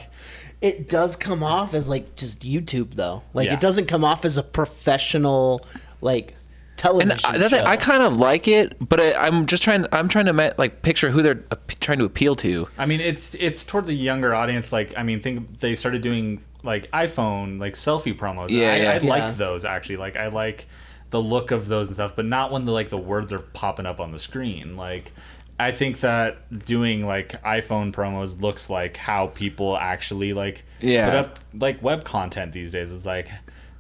It does come off as like just YouTube though. Like
Yeah.
it doesn't come off as a professional like television.
And I, that's
show.
it. I kind of like it, but I, I'm just trying. I'm trying to ma- like picture who they're uh, trying to appeal to.
I mean, it's it's towards a younger audience. Like, I mean, think they started doing like iPhone like selfie promos.
Yeah,
I, I
yeah.
Yeah.
like those actually. Like, I like the look of those and stuff, but not when the like the words are popping up on the screen. Like, I think that doing like iPhone promos looks like how people actually like
Yeah.
put up like web content these days. It's like,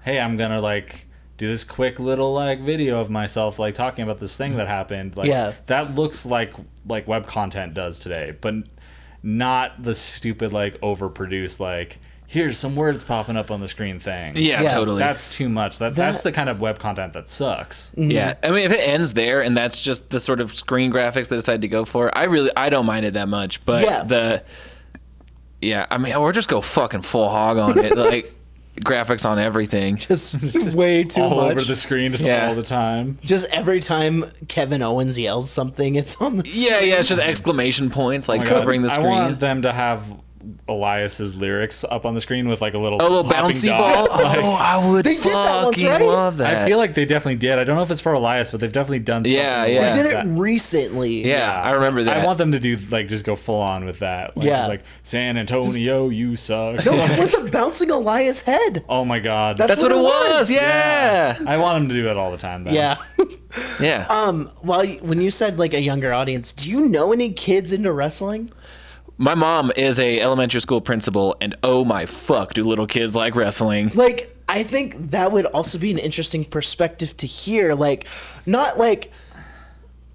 hey, I'm gonna like. Do this quick little like video of myself like talking about this thing that happened. Like
Yeah.
that looks like like web content does today, but not the stupid like overproduced like here's some words popping up on the screen thing.
Yeah,
That's too much. That, that's
That-
the kind of web content that sucks.
Yeah, I mean, if it ends there and that's just the sort of screen graphics they decided to go for, I really I don't mind it that much. But
Yeah.
the yeah, I mean, or just go fucking full hog on it, like graphics on everything.
just way too
all
much.
over the screen just
Yeah.
all the time.
just every time Kevin Owens yells something, it's on the.
Yeah, yeah, it's just exclamation points like covering the
Oh I
screen.
want them to have Elias's lyrics up on the screen with like a little
Oh, a little
popping
bouncy ball.
dot. Like,
oh, I would
They did that once,
fucking
right?
love that.
I feel like they definitely did. I don't know if it's for Elias, but they've definitely done something.
Yeah,
like
yeah.
They did it
that.
recently.
yeah, I remember that.
I want them to do like just go full on with that. Like,
Yeah.
it's like San Antonio, you suck.
No, it was a bouncing Elias head.
oh my god.
That's
That's what it was. Yeah.
I want them to do it all the time. Though.
Yeah.
Yeah.
um. While you, when you said like a younger audience, do you know any kids into wrestling?
My mom is a elementary school principal, and oh my fuck, do little kids like wrestling?
Like, I think that would also be an interesting perspective to hear. Like, not like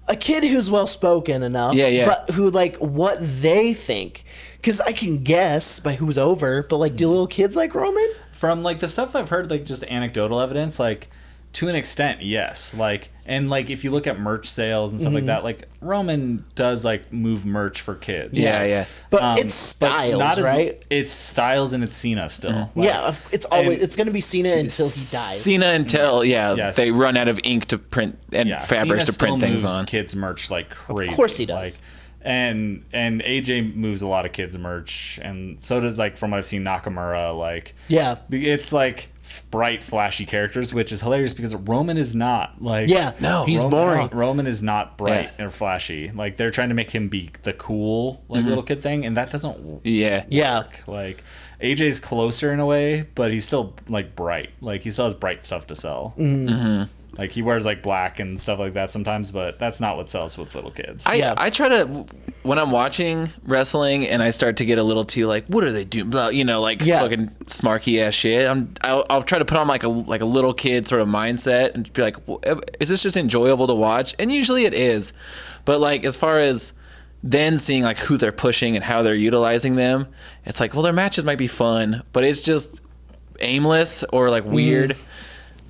a kid who's well spoken enough,
Yeah, yeah.
but who like what they think. Because I can guess by who's over, but like, do little kids like Roman?
From like the stuff I've heard, like just anecdotal evidence, like to an extent, yes. Like and like if you look at merch sales and stuff
Mm-hmm.
like that, like Roman does like move merch for kids.
Yeah, yeah.
But
Um,
it's
but
styles,
not as-
right? Mm.
It's styles and it's Cena still. Like,
yeah, of- it's always
and-
it's gonna be Cena until he dies.
Cena until yeah,
Yes.
they run out of ink to print and fabrics
Cena
to print
still
things
moves
on.
Kids merch like crazy.
course he does.
Like, and and AJ moves a lot of kids merch, and so does like from what I've seen Nakamura. Like
Yeah.
it's like bright, flashy characters, which is hilarious because Roman is not like
Yeah. No, he's boring.
Roman is not bright or flashy. Like they're trying to make him be the cool like
Mm-hmm.
little kid thing, and that doesn't work.
Yeah.
Yeah.
Like AJ's closer in a way, but he's still like bright. Like he still has bright stuff to sell. Mm-hmm. Like he wears like black and stuff like that sometimes, but that's not what sells with little kids.
I,
Yeah.
I try to when I'm watching wrestling and I start to get a little too like what are they doing blah you know like
Yeah.
fucking smarky ass shit I'm I'll, I'll try to put on like a like a little kid sort of mindset and be like "Well, is this just enjoyable to watch and usually it is but like as far as then seeing like who they're pushing and how they're utilizing them it's like well their matches might be fun but it's just aimless or like weird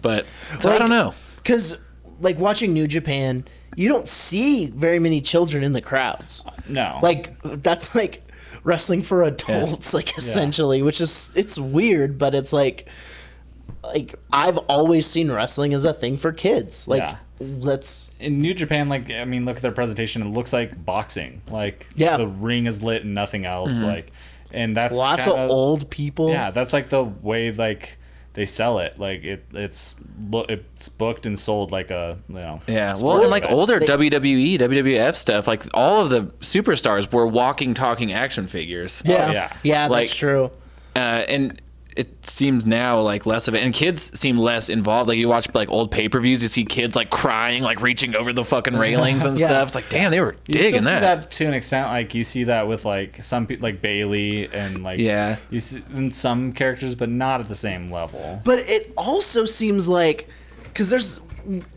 but so I
Mm. Like,
don't know
Because like watching New Japan, you don't see very many children in the crowds.
no.
Like that's like wrestling for adults, like essentially, which is it's weird, but it's like like I've always seen wrestling as a thing for kids. Like
Yeah.
let's
in New Japan, like I mean, look at their presentation. It looks like boxing. Like
Yeah.
the ring is lit and nothing else.
Mm-hmm.
Like, and that's
lots of
kinda-
old people.
Yeah, that's like the way like they sell it. Like it, it's lo- it's booked and sold like a you know.
Yeah,
sport
well, and like
event.
older E, WWE, WWF stuff, like all of the superstars were walking, talking action figures.
Yeah.
Oh, yeah.
Yeah,
Like-
that's true.
Uh, and it seems now like less of it. And kids seem less involved. Like you watch like old pay per views, you see kids like crying, like reaching over the fucking railings and
Yeah.
stuff. It's like, damn, they were
You
digging
still see
that.
that to an extent. Like you see that with like some people, like Bailey and like
Yeah.
you see in some characters, but not at the same level.
But it also seems like because there's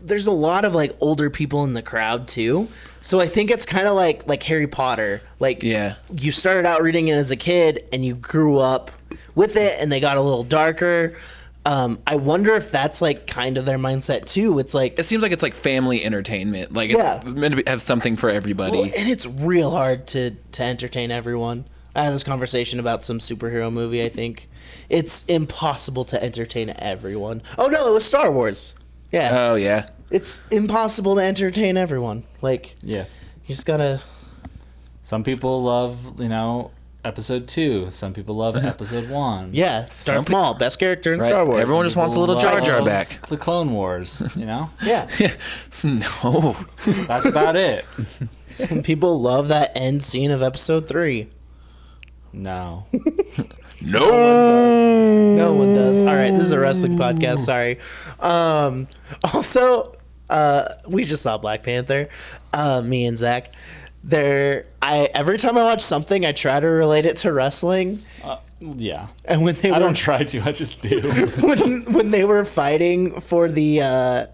there's a lot of like older people in the crowd too. So I think it's kind of like like Harry Potter. Like
Yeah.
you started out reading it as a kid and you grew up with it, and they got a little darker. Um, I wonder if that's like kind of their mindset too. It's like
It seems like it's like family entertainment. Like it's
Yeah.
meant to be, have something for everybody.
Well, and it's real hard to to entertain everyone. I had this conversation about some superhero movie. I think it's impossible to entertain everyone. Oh no, it was Star Wars. Yeah.
oh yeah,
it's impossible to entertain everyone. Like
Yeah.
you just gotta
Some people love you know episode two. Some people love episode one.
Yeah, Darth Maul, best character in
Right?
Star Wars.
Everyone just wants a little Jar Jar
Love
back.
The Clone Wars. You know,
yeah.
no.
that's about it.
Some people love that end scene of episode three.
No.
No.
No one does. All right, this is a wrestling podcast. Sorry. Um, also, uh, we just saw Black Panther. Uh, me and Zach. There, I every time I watch something, I try to relate it to wrestling.
Uh, yeah.
And when they
I
were
don't try to. I just do.
when, when they were fighting for the uh,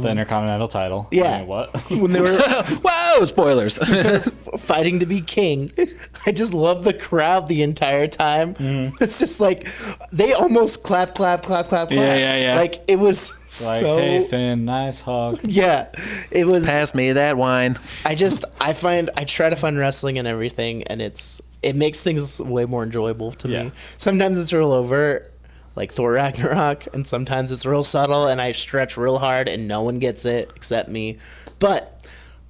the Intercontinental title. I
Yeah.
mean, what?
when they were
Whoa, spoilers.
fighting to be king. I just love the crowd the entire time. It's just like they almost clap, clap, clap, clap, clap.
Mm. Yeah, yeah, yeah.
Like it was
Like,
so.
hey Finn, nice hog.
yeah, it was.
Pass me that wine.
I just I find I try to find wrestling and everything, and it's it makes things way more enjoyable to
Yeah.
me. Sometimes it's real overt, like Thor Ragnarok, and sometimes it's real subtle, and I stretch real hard, and no one gets it except me. But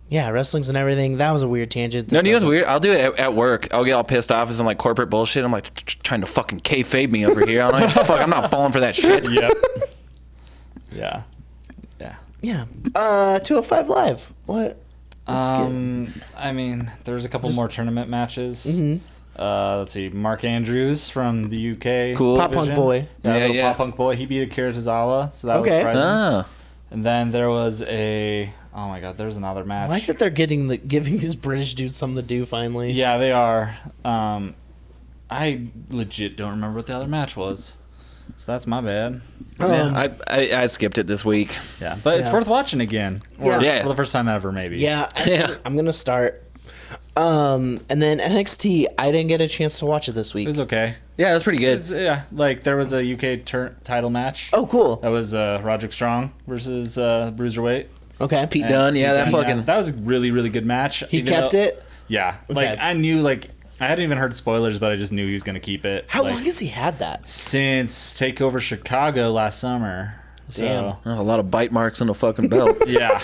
yeah, wrestling's and everything. That was a weird tangent.
No, you know what's weird? I'll do it at, at work. I'll get all pissed off as I'm like corporate bullshit. I'm like tr- tr- trying to fucking kayfabe me over here. I'm like, fuck, I'm not falling for that shit.
Yep. yeah. Yeah.
Yeah. Uh, 205 Live. What? Let's get-
Um, I mean, there's a couple more tournament matches.
Mm-hmm.
Uh, let's see, Mark Andrews from the UK,
Cool.
Pop Punk
division.
Boy.
yeah,
Yeah,
little
yeah.
pop punk boy. He beat Akira Tozawa, so that
Okay.
was surprising.
Ah,
And then there was a, oh my god, there's another match.
I like that they're getting the giving these British dudes something to do finally.
Yeah, they are. Um, I legit don't remember what the other match was, so that's my bad.
Um,
yeah, I, I I skipped it this week.
Yeah, but it's
Yeah.
worth watching again.
Yeah.
Or
Yeah.
for the first time ever, maybe.
Yeah, I,
Yeah.
am gonna start. Um, and then NXT, I didn't get a chance to watch it this
it
week.
was okay.
Yeah, that's pretty
It
good.
was- yeah, like there was a UK tur- title match.
Oh, cool.
That was uh, Roderick Strong versus uh, Bruiserweight.
Okay,
Pete Dunne, yeah, that
And,
fucking.
uh, that was a really really good match.
he
even
kept
though-
it.
Yeah, like
Okay.
I knew like I hadn't even heard spoilers, but I just knew he was gonna keep it.
How
like,
long has he had that?
since Takeover Chicago last summer? So
Damn.
Oh, a lot of bite marks on the fucking belt.
yeah,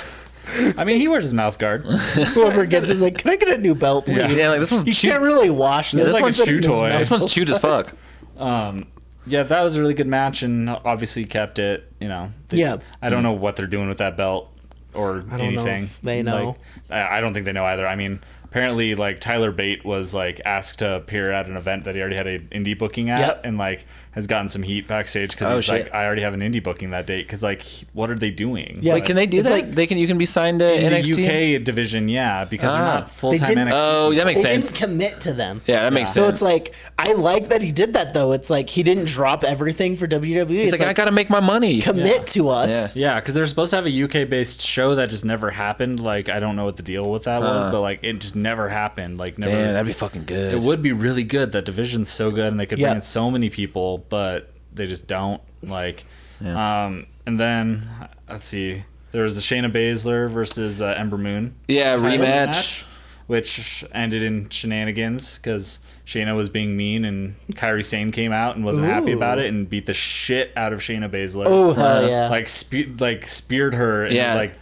I mean he wears his mouth guard.
Whoever gets it is like, can I get a new belt, please?
Yeah.
yeah, like this one's
You
chewed,
can't really wash this.
this
It's
one's
been in
chew
his
toy.
mouth
this
the
one's chewed as fuck.
Um, yeah, that was a really good match, and obviously kept it. You know, They-
Yeah.
I don't know what they're doing with that belt or
don't know
anything.
if they know.
Like, I I don't think they know either. I mean, apparently, like Tyler Bate was like asked to appear at an event that he already had an indie booking at,
Yep.
and like has gotten some heat backstage because
Oh,
he's
shit.
like, I already have an indie booking that date because like, he- what are they doing?
Yeah.
Wait, can they do
It's
that?
like-
they can. You can be signed to
In
NXT.
the UK division, yeah, because they're
Ah.
not full time
didn't-
NXT.
Oh, that makes
They
sense.
didn't commit to them.
Yeah, that makes
So
sense.
it's like I like that he did that though. It's like he didn't drop everything for WWE.
He's
It's,
like,
like,
I gotta make my money.
commit to us.
Yeah, because they're supposed to have a UK based show that just never happened. Like, I don't know what the deal with that was, but like, it just never happened. Like, never.
Damn, that'd be fucking good.
it would be really good. That division's so good, and they could
Yeah.
bring in so many people, but they just don't. Like, um, and then let's see, there was the Shayna Baszler versus uh, Ember Moon
Yeah,
title
rematch.
which ended in shenanigans because Shayna was being mean and Kyrie Sane came out and wasn't happy about it and beat the shit out of Shayna Baszler
Oh hell yeah!
like spe- like speared her and
Yeah.
like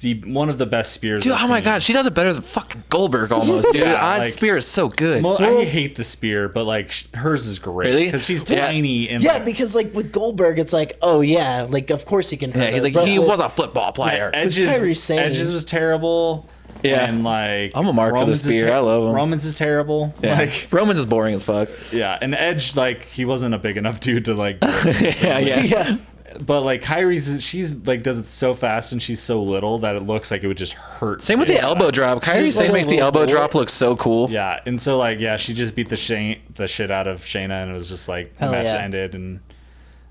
the one of the best spears.
Dude,
I've
oh my
seen.
god, she does it better than fucking Goldberg almost, dude.
Yeah,
Odd
like-
Spear is so good.
Well, I hate the spear, but like sh- hers is great
Really?
because she's
Yeah.
tiny and
yeah,
like,
because like with Goldberg, it's like, oh yeah, like of course he can. Hurt
yeah, he's
her,
like,
but
he
with-
was a football player.
Kairi
edges
Sane.
edges was terrible.
Yeah.
and like
I'm a mark for the
Romans is
spear. I love him.
Romans is terrible.
Yeah.
Like
Roman's is boring as fuck.
yeah, and Edge like he wasn't a big enough dude to like,
yeah, yeah.
Yeah,
but like Kyrie's she's like does it so fast and she's so little that it looks like it would just hurt.
Same with the elbow drop. Kyrie
She's like
Sane
a
makes the
little
elbow
boy.
drop look so cool.
Yeah, and so like yeah, she just beat the Shane the shit out of Shayna, and it was just like the
Hell
match
yeah.
ended. And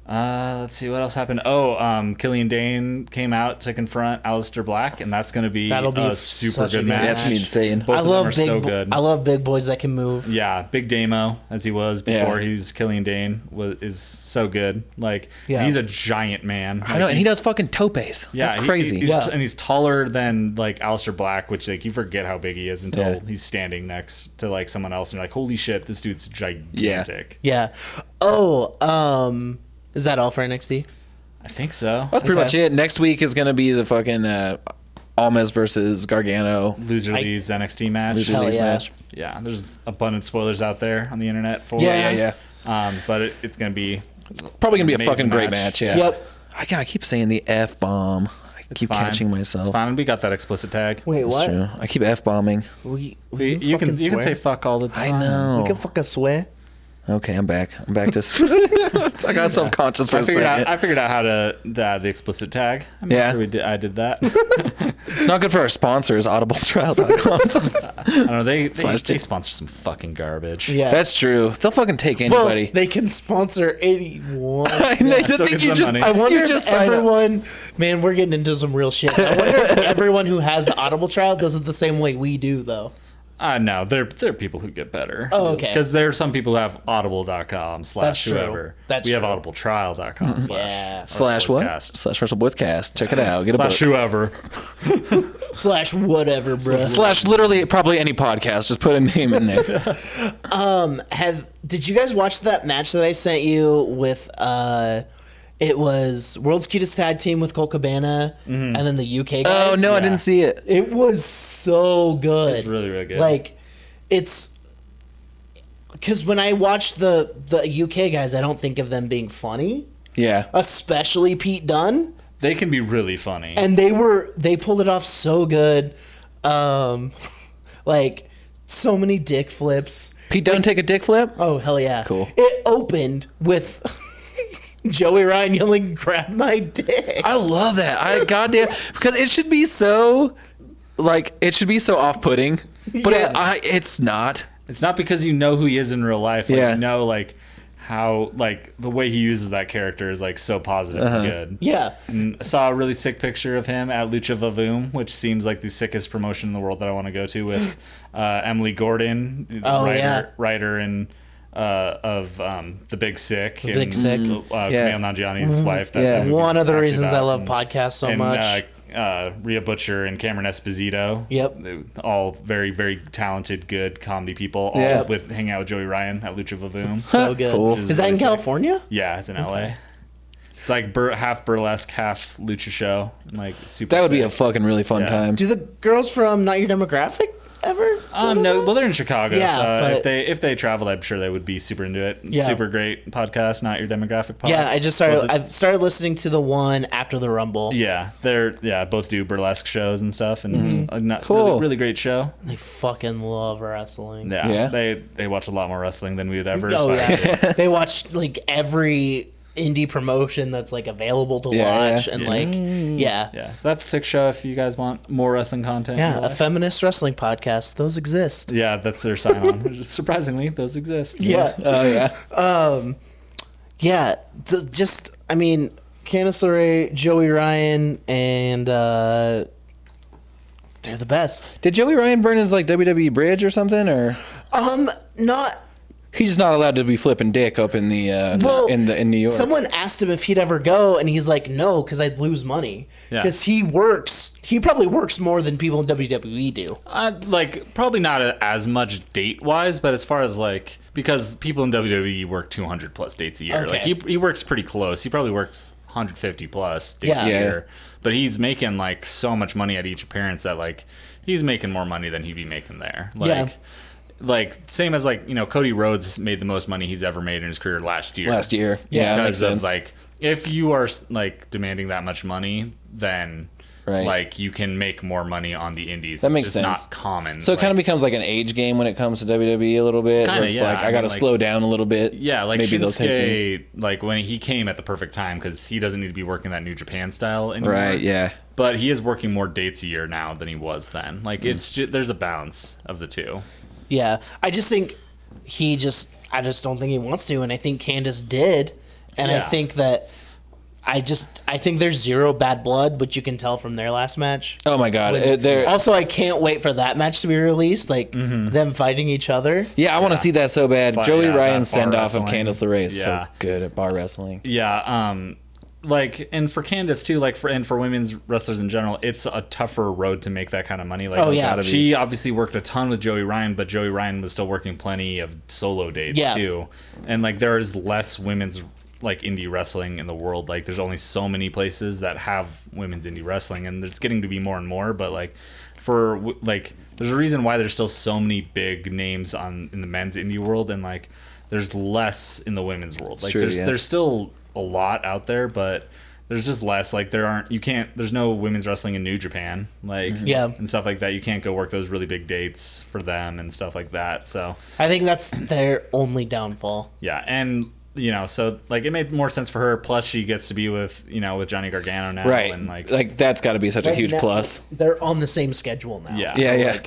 uh, let's see what else happened. Oh, um, Killian Dane came out to confront Alistair Black, and that's gonna be
That'll be
a super
such a
good
good
match.
That's
match.
insane.
Both
I
of them
love
are
big.
so
bo-
good.
I love big boys that can move.
yeah, Big Damo as he was
Yeah.
before he was Killian Dane was is so good. Like
Yeah.
he's a giant man.
I know, and he does fucking topes.
Yeah,
That's
he-
crazy.
he's-
Yeah.
and he's taller than like Alistair Black, which like you forget how big he is until
Yeah.
he's standing next to like someone else, and you're like, "Holy shit, this dude's gigantic."
Yeah. Oh, um, is that all for NXT?
I think so.
That's pretty
Okay.
much it. Next week is gonna be the fucking uh, Almas versus Gargano.
Loser leaves NXT match.
Loser
Hell
leaves
yeah.
match.
Yeah, there's abundant spoilers out there on the internet for
Yeah,
it.
yeah,
Um, but it, it's gonna be
Probably gonna be a
Amazing
fucking great match.
match.
Yeah.
Yep.
I, gotta keep saying the f bomb. I keep
fine.
catching myself.
It's fine. We got that explicit tag.
Wait,
It's
what?
true. I keep f bombing.
We, we
you, you can
fucking
you can
swear?
say fuck all the
I
time.
know.
We can fucking swear.
Okay, I'm back. I'm back to. I got self conscious for
I
a
figured, out,
second.
I figured out how to the, the explicit tag. I'm
Yeah.
not sure we did, I did that.
It's not good for our sponsors, audibletrial.com.
I don't know. They they,
Slash
they
Jake.
sponsor some fucking garbage.
Yeah.
That's true. They'll fucking take
well,
anybody.
they can sponsor 81.
I know,
so
think
gets
you
the
just,
money.
I
I
wonder
wonder
if
just
just
if everyone, man, we're getting into some real shit. I wonder if everyone who has the Audible trial does it the same way we do, though.
Uh, no, there there are people who get better.
Oh, okay.
Because there are some people who have audible.com
That's
slash
true.
whoever.
That's
we have
true. Mm-hmm.
audibletrial.com slash
Yeah.
slash what?
Cast.
Slash Russell Boys Cast. Check it out. Get a book.
slash whoever.
Slash whatever, bro.
Slash literally probably any podcast. Just put a name in there.
Have did you guys watch that match that I sent you with? uh It was World's Cutest Tag Team with Cole Cabana, and then the UK guys.
Mm-hmm. oh no, I
Yeah.
didn't see it.
It was so good.
It's really, really good.
Like, it's because when I watch the the UK guys, I don't think of them being funny,
Yeah.
especially Pete Dunn,
They can be really funny.
and they were they pulled it off so good. Um, like so many dick flips.
Pete, don't take a dick flip.
Oh hell yeah!
Cool.
It opened with Joey Ryan yelling, "Grab my dick!"
I love that. I goddamn because it should be so like it should be so off-putting, but
Yeah.
it, I, it's not.
it's not because you know who he is in real life. Like,
Yeah.
You know, like, how, like, the way he uses that character is, like, so positive
Uh-huh.
and good.
Yeah,
And I saw a really sick picture of him at Lucha Vavoom, which seems like the sickest promotion in the world that I want to go to with uh, Emily Gordon, the
Oh,
writer,
yeah.
writer and uh, of um, the Big Sick, the
Big Sick. Mm-hmm.
uh,
Yeah.
Kumail Nanjiani's wife. That,
Yeah.
that we
one of the
talked
reasons I
about.
love
And-
podcasts so
and,
much.
Uh, uh, Rhea Butcher and Cameron Esposito.
Yep.
They- All very, very talented, good comedy people. All
Yeah.
with hang out with Joey Ryan at Lucha Vavoom.
so good.
Cool.
Is that in California?
Yeah, it's in LA. It's like bur- half burlesque, half lucha show. and, Like super.
That would be a
sick.
fucking really fun
Yeah.
time.
Do the girls from Not Your Demographic ever? go to
Um, no,
that?
well they're in Chicago.
Yeah,
so
but-
if they if they traveled, I'm sure they would be super into it.
Yeah.
Super great podcast, not your demographic podcast.
Yeah, I just
Was
started.
it-
I've started listening to the one after the Rumble.
yeah, they're yeah both do burlesque shows and stuff, and
Mm-hmm.
uh, not,
Cool.
really, really great show.
They fucking love wrestling.
Yeah,
Yeah.
they they watch a lot more wrestling than we would ever.
Oh
aspire to.
yeah, they watch like every indie promotion that's like available to
Yeah,
watch,
yeah.
and like yeah. yeah.
Yeah, so that's a sick show if you guys want more wrestling content. in your
a
life.
feminist wrestling podcast. Those exist.
yeah, that's their sign on. which is- Surprisingly, those exist.
Yeah,
Oh yeah.
yeah. D- just, I mean, Candice LeRae, Joey Ryan, and uh, they're the best.
Did Joey Ryan burn his like WWE bridge or something, or
Um, not
he's just not allowed to be flipping dick up in the uh,
Well,
in the in New York?
Someone asked him if he'd ever go, and he's like, "No, because I'd lose money.
Yeah.
Because he works. He probably works more than people in WWE do.
Uh, like probably not a, as much date wise, but as far as like because people in WWE work 200 plus dates a year.
Okay.
Like he he works pretty close. He probably works 150 plus dates
Yeah.
a
Yeah.
year. But he's making like so much money at each appearance that like he's making more money than he'd be making there. Like
Yeah.
like same as like, you know, Cody Rhodes made the most money he's ever made in his career last year.
last year. Yeah, that makes
because of
sense.
like if you are like demanding that much money, then
Right.
like you can make more money on the indies.
That
it's
makes
just
sense.
not common.
so it kind
like-
of becomes like an age game when it comes to WWE a little bit. where
Kinda,
it's
yeah.
like
I
I got to
mean, like-
slow down a little bit.
Yeah, like
they'll take me.
Shinsuke, like when he came at the perfect time because he doesn't need to be working that New Japan style anymore.
Right. Yeah.
But he is working more dates a year now than he was then. Like
Hmm.
it's just, there's a balance of the two.
Yeah, I just think he just. I just don't think he wants to, and I think Candice did, and I
Yeah.
think that. I just I think there's zero bad blood, which you can tell from their last match.
Oh my god. It, they're-
Also, I can't wait for that match to be released, like
Mm-hmm.
them fighting each other.
Yeah, I want to see that so bad.
But,
Joey
yeah,
Ryan's
that bar
send off of
wrestling.
Candice LeRae is
Yeah.
so good at bar wrestling.
Yeah. Um, like and for Candace too, like for and for women's wrestlers in general, it's a tougher road to make that kind of money. Like,
Oh, yeah. Gotta be.
she obviously worked a ton with Joey Ryan, but Joey Ryan was still working plenty of solo dates
Yeah.
too, and like there is less women's like indie wrestling in the world. Like there's only so many places that have women's indie wrestling, and it's getting to be more and more. But like for w- like there's a reason why there's still so many big names on in the men's indie world, and like there's less in the women's world. Like
true,
there's
yeah.
there's still a lot out there, but there's just less. Like there aren't you can't there's no women's wrestling in New Japan. Like
Yeah.
and stuff like that. You can't go work those really big dates for them and stuff like that. So
I think that's their only downfall.
yeah, and you know, so like it made more sense for her. Plus, she gets to be with you know with Johnny Gargano now,
right.
And like,
like that's got to be such a
Right
huge
now,
plus.
They're on the same schedule now.
yeah,
Yeah, yeah.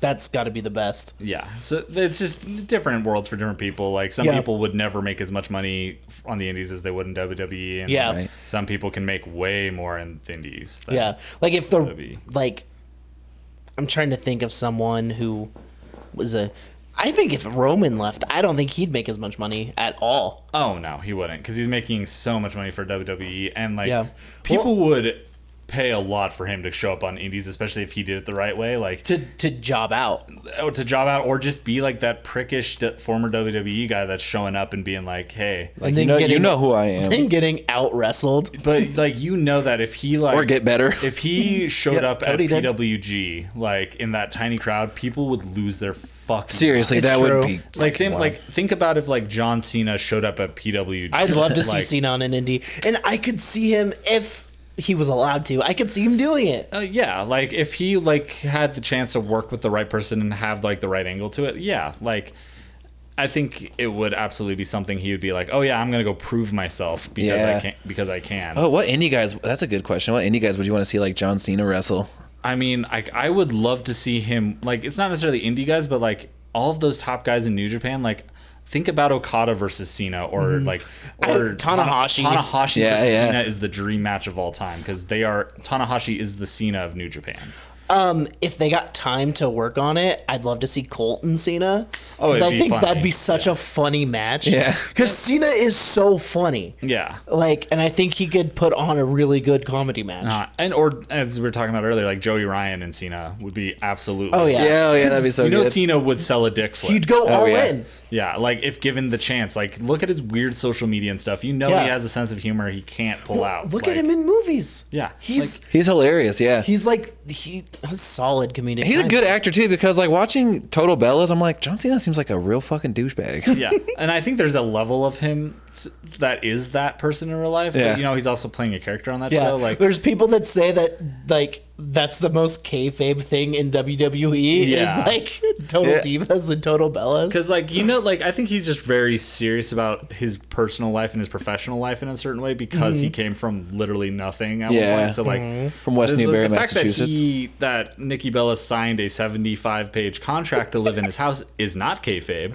That's got to be the best.
yeah. So it's just different worlds for different people. Like some
Yeah.
people would never make as much money on the Indies as they would in WWE, and
Yeah.
Right.
some people can make way more in the Indies. than-
Yeah. Like if the
That'd be-
like I'm trying to think of someone who was a I think if Roman left, I don't think he'd make as much money at all.
Oh no, he wouldn't, because he's making so much money for WWE, and like
Yeah.
people would pay a lot for him to show up on Indies, especially if he did it the right way. Like
To to job out.
oh, to job out or just be like that prickish d- former WWE guy that's showing up and being like, "Hey,"
Like, you know, you know who I am.
And getting out wrestled.
but like you know that if he like
or get better.
if he showed
Yeah,
up
Cody
at
did.
PWG like in that tiny crowd, people would lose their fucking
Seriously,
It's
that
true.
would be
mind. Like same
wild.
like think about if like John Cena showed up at PWG.
I'd love to see
like,
Cena on an indie. And I could see him if he was allowed to. I could see him doing it.
Uh, yeah, like if he like had the chance to work with the right person and have like the right angle to it, yeah, like I think it would absolutely be something he would be like, oh yeah, I'm gonna go prove myself because I
Yeah.
can because I can.
Oh, what indie guys? That's a good question. What indie guys would you want to see like John Cena wrestle?
I mean, I I would love to see him like it's not necessarily indie guys, but like all of those top guys in New Japan, like. Think about Okada versus Cena, or
Mm-hmm.
like,
I-
or
Tanahashi.
Tana- Tanahashi
Yeah,
versus
yeah.
Cena is the dream match of all time because they are Tanahashi is the Cena of New Japan.
Um, if they got time to work on it, I'd love to see Colton Cena.
Oh,
because
it'd
I
be
think that'd
funny.
be such a funny match.
Yeah.
because Cena is so funny.
Yeah,
Like, and I think he could put on a really good comedy match.
Uh, and or as we were talking about earlier, like Joey Ryan and Cena would be absolutely.
Oh, yeah.
Yeah, oh, yeah, that'd be so
you know
good.
Cena would sell a dick flip.
He'd go
Oh,
all
yeah.
in.
yeah, like if given the chance, like look at his weird social media and stuff. You know
Yeah.
he has a sense of humor he can't pull out.
Look
Like,
at him in movies.
Yeah,
he's
He's hilarious. Yeah,
he's like he a solid comedian.
he's a good actor too. Because like watching Total Bellas, I'm like John Cena seems like a real fucking douchebag.
yeah, and I think there's a level of him s- that is that person in real life.
Yeah.
But you know he's also playing a character on that
Yeah,
show. Like
there's people that say that like that's the most kayfabe thing in WWE
Yeah.
is like total
Yeah.
divas and total bellas.
Because like you know, like I think he's just very serious about his personal life and his professional life in a certain way because
Mm-hmm.
he came from literally nothing at one
Yeah.
point. So like
From West
the- the-
Newbury,
the fact
Massachusetts.
That, he, that Nikki Bella signed a seventy-five page contract to live in his house is not kayfabe.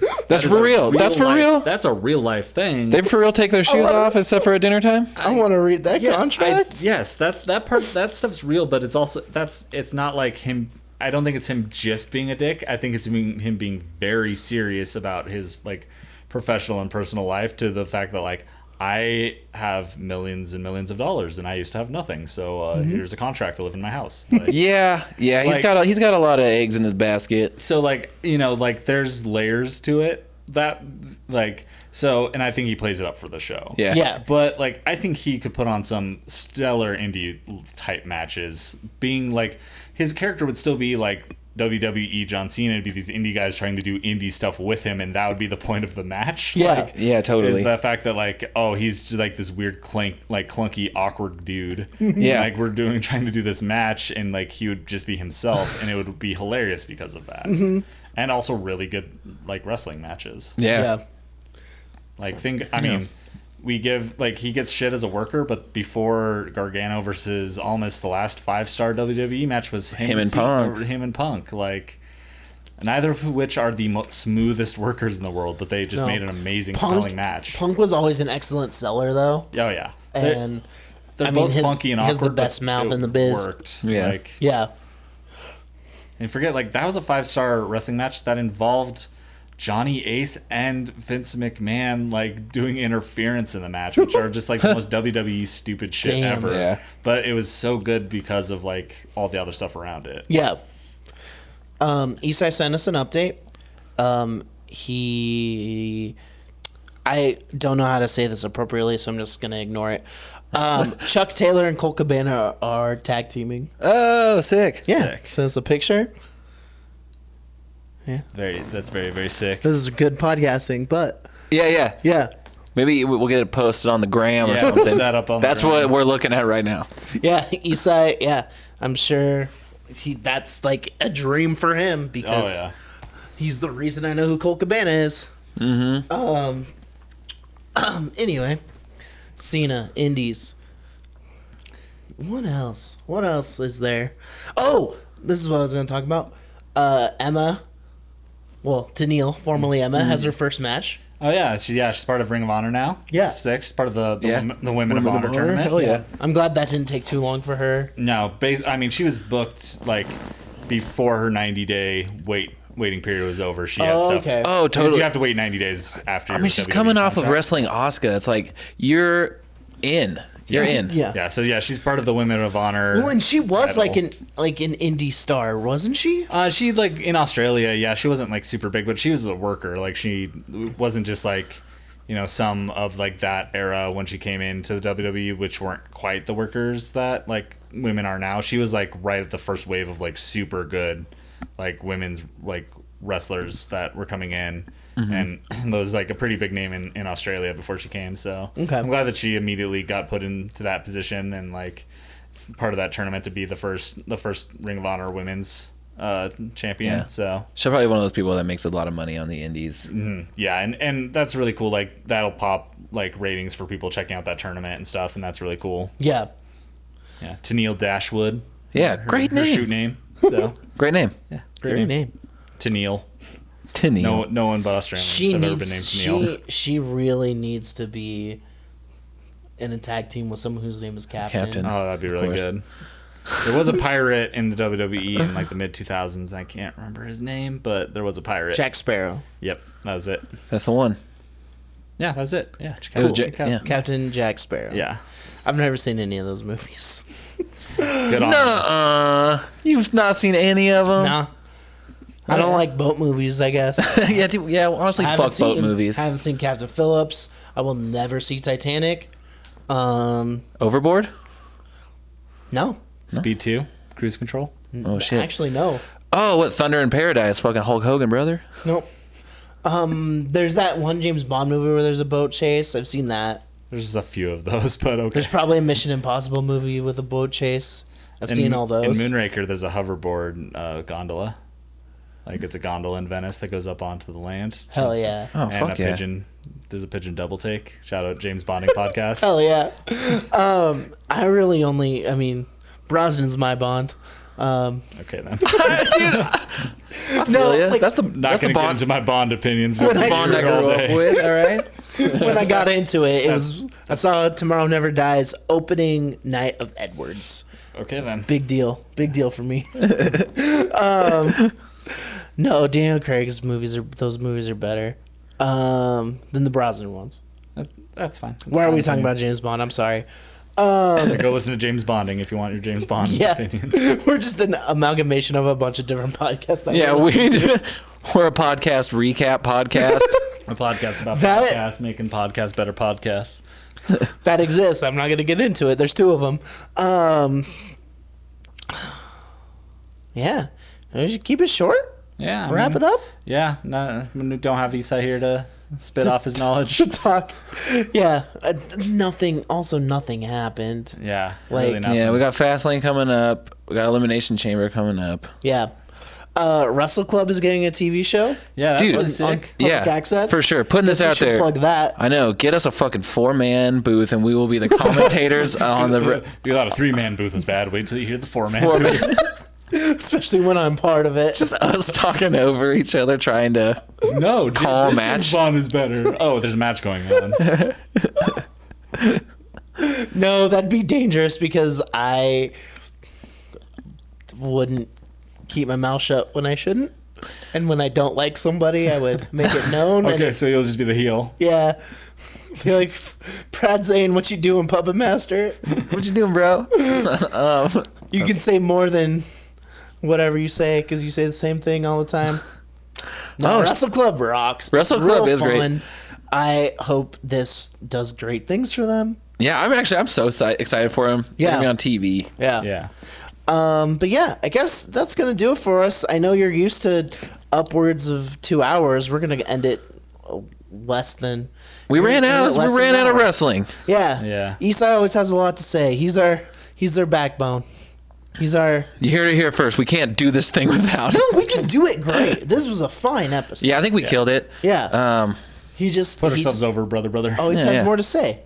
That's
That is
for
a
real. That's for
life-
real?
That's a real life thing.
They for real take
Oh,
their shoes
I-
off except for at dinner time.
I want to read that
Yeah, I-
contract.
yes, that's that part. That stuff's real, but it's also that's it's not like him. I don't think it's him just being a dick. I think it's being, him being very serious about his like professional and personal life to the fact that like I have millions and millions of dollars and I used to have nothing. So
Mm-hmm.
uh, here's a contract to live in my house. Like,
Yeah, yeah. He's
Like-
got a, he's got a lot of eggs in his basket.
so like you know like there's layers to it that like so and I think he plays it up for the show.
Yeah,
yeah,
But like, I think he could put on some stellar indie type matches. Being like, his character would still be like WWE John Cena. It'd be these indie guys trying to do indie stuff with him, and that would be the point of the match.
Yeah.
like,
yeah. Totally.
Is the fact that like, oh, he's just, like this weird clink, like clunky, awkward dude. yeah, like we're doing trying to do this match, and like he would just be himself, and it would be hilarious because of that. And also really good like wrestling matches.
Mm-hmm. yeah.
yeah.
Like think I mean we give like he gets shit as a worker, but before Gargano versus Almas, the last five star WWE E match was him,
Him and
Cena-
Punk.
or Him and Punk, like neither of which are the mo- smoothest workers in the world, but they just
No.
made an amazing,
Punk,
compelling match.
Punk was always an excellent seller though,
Oh yeah, They're-
and
they're
I mean,
both
his-
clunky and awkward.
his the
but
best mouth
it
in the biz.
Worked.
Yeah.
Like,
yeah,
and forget like that was a five star wrestling match that involved Johnny Ace and Vince McMahon like doing interference in the match, which are just like the most WWE stupid shit
Damn.
ever.
Yeah.
But it was so good because of like all the other stuff around it.
yeah. Um, Isai sent us an update. Um, he I don't know how to say this appropriately, so I'm just gonna ignore it. Um, Chuck Taylor and Cole Cabana are tag teaming.
Oh, sick.
Yeah, so it's a picture.
Very. That's very very sick.
This is good podcasting, but
Yeah, yeah.
yeah,
Maybe we- we'll get it posted on the gram or
Yeah,
something.
put that up on the
That's
gram.
what we're looking at right now.
yeah, Isai, yeah, I'm sure he, that's like a dream for him
Oh
because
yeah.
he's the reason I know who Cole Cabana is. Mm-hmm. Um, anyway, Cena, Indies. What else? What else is there? Oh, this is what I was going to talk about. Uh, Emma, well, Tennille, formerly Emma, has her first match.
Oh yeah. She's yeah. She's part of Ring of Honor now.
Yeah.
Sick. She's part of the the,
Yeah.
women, the Women, of Honor, tournament.
Hell yeah.
I'm glad that didn't take too long for her.
No, ba- I mean she was booked like before her 90 day wait waiting period was over. She had
Oh,
stuff.
okay.
Oh,
Because
totally.
You have to wait 90 days after.
I mean, she's coming off of wrestling Oscar. It's like you're in. You're in.
Yeah.
Yeah. So yeah, she's part of the Women of Honor.
Well, and she was like
Incredible.
an like an indie star, wasn't she?
Uh, she like in Australia, yeah, she wasn't like super big, but she was a worker. Like she wasn't just like, you know, some of like that era when she came into the WWE, which weren't quite the workers that like women are now. She was like right at the first wave of like super good, like women's like wrestlers that were coming in, and there was like a pretty big name in in Australia before she came. So
Okay.
I'm glad that she immediately got put into that position and like it's part of that tournament to be the first the first Ring of Honor women's uh, champion.
Yeah.
So
She's probably one of those people that makes a lot of money on the indies.
Mm-hmm. yeah, and and that's really cool. Like that'll pop like ratings for people checking out that tournament and stuff, and that's really cool.
Yeah.
Yeah, Tennille Dashwood,
Yeah,
her,
great
her
name.
shoot name. So
Great name. Yeah.
great
Her
name.
name.
Tennille.
Tinny.
No, no one but Australians
She
have
needs.
ever been named Tennille.
She she really needs to be in a tag team with someone whose name is Captain.
Captain.
Oh, that'd be really
course.
good. There was a pirate in the WWE in like the mid 2000s. I can't remember his name, but there was a pirate.
Jack Sparrow.
Yep, that was it.
That's the one.
Yeah, that was it. Yeah,
It was
Cool.
Jack. Yeah.
Captain Jack Sparrow.
Yeah.
I've never seen any of those movies.
Good on him.
Uh, you've not seen any of them.
Nah. I don't like boat movies, I guess. I
yeah, dude, yeah. well, honestly,
haven't
fuck boat
seen-
movies.
I haven't seen Captain Phillips. I will never see Titanic. Um,
Overboard.
no.
Speed 2, cruise control.
Oh shit.
Actually, no.
oh, what Thunder in Paradise? Fucking Hulk Hogan, brother.
Nope. Um, there's that one James Bond movie where there's a boat chase. I've seen that.
There's just a few of those, but okay.
There's probably a Mission Impossible movie with a boat chase. I've
In-
seen all those.
In Moonraker, there's a hoverboard uh, gondola. Like it's a gondola in Venice that goes up onto the land.
Hell yeah.
Oh
and
fuck
a
yeah.
pigeon. There's a pigeon double take. Shout out James Bonding podcast.
Hell yeah. Um, I really only, I mean, Brosnan's my Bond. Um,
Okay then.
no,
Hell yeah.
like,
that's the
Not
that's the
gonna get
bond,
into my Bond opinions. But
I-
bond I
all
grew up
day.
with. All right.
when I got into it, it was I saw Tomorrow Never Dies opening night of Edwards.
Okay then.
Big deal, big deal for me. um, no, Daniel Craig's movies are those movies are better um, than the Brosnan ones.
That, that's fine. That's
Why are
fine.
we talking about James Bond? I'm sorry.
Yeah, Go listen to James Bonding if you want your James Bond
Yeah,
opinions.
we're just an amalgamation of a bunch of different podcasts. That
Yeah,
we
we we're a podcast recap podcast.
A podcast about
That-
podcasts, making podcasts better podcasts.
that exists. I'm not going to get into it. There's two of them. Um, yeah, we should keep it short.
Yeah. I
Wrap it
mean,
up.
Yeah. No, we don't have Isai here to spit off his knowledge.
to talk. Yeah, uh, nothing. Also, nothing happened.
Yeah.
Like-
really not.
yeah, we got Fastlane coming up. We got Elimination Chamber coming up.
Yeah, uh, Russell Club is getting a TV show.
Yeah, that's
Dude,
really
on
sick.
public
yeah,
access.
for sure. Putting this
Guess
out
we should
there.
Plug that.
I know. Get us a fucking four man booth, and we will be the commentators on the. re-
We thought a three man booth was bad. Wait till you hear the four man.
Four man,
Especially when I'm part of it.
just us talking over each other, trying to.
No, dude,
Call
this
match.
James Bond is better. Oh, there's a match going on.
no, that'd be dangerous because I wouldn't keep my mouth shut when I shouldn't, and when I don't like somebody, I would make it known. and
Okay, so you'll just be the heel.
yeah. Be like, Brad Zane, what you doing, Puppet Master?
What you doing, bro? um,
You can say more than whatever you say because you say the same thing all the time. No,
Oh,
Wrestle Club rocks.
Wrestle
It's real
Club is great.
fun. I hope this does great things for them.
Yeah, I'm actually I'm so si- excited for him. He's gonna
Yeah.
be on TV.
Yeah.
Yeah.
Um, but yeah, I guess that's gonna do it for us. I know you're used to upwards of two hours. We're gonna end it uh, less than.
We
we're
ran
gonna
out.
end it
We
less than
ran
an
out of
hour.
wrestling.
Yeah.
Yeah.
Isai always has a lot to say. He's our he's their backbone. He's our
You heard it here first. We can't do this thing without.
No,
Him.
we can do it great. This was a fine episode.
Yeah, I think we killed it.
Yeah.
Um,
He just
Put
he
ourselves
just
over, brother, brother.
always
Oh, Yeah,
has
yeah.
more to say.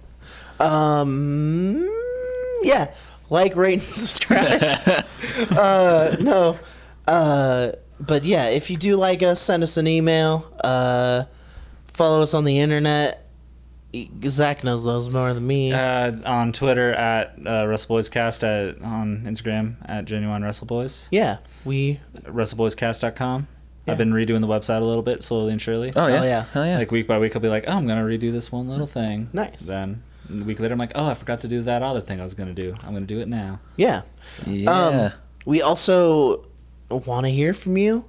Um yeah. Like, rate, and subscribe. uh no. Uh but yeah, if you do like us, send us an email. Uh follow us on the internet. Zach knows those more than me.
Uh, on Twitter at uh, WrestleBoysCast, at, on Instagram at Genuine WrestleBoys,
yeah. We
WrestleBoysCast.com. I've been redoing the website a little bit, slowly and surely.
oh yeah.
Oh, yeah.
Oh yeah.
Like week by week, I'll be like, oh, I'm going to redo this one little thing.
Nice.
Then a week later, I'm like, oh, I forgot to do that other thing I was going to do. I'm going to do it now.
yeah.
yeah.
Um, we also want to hear from you.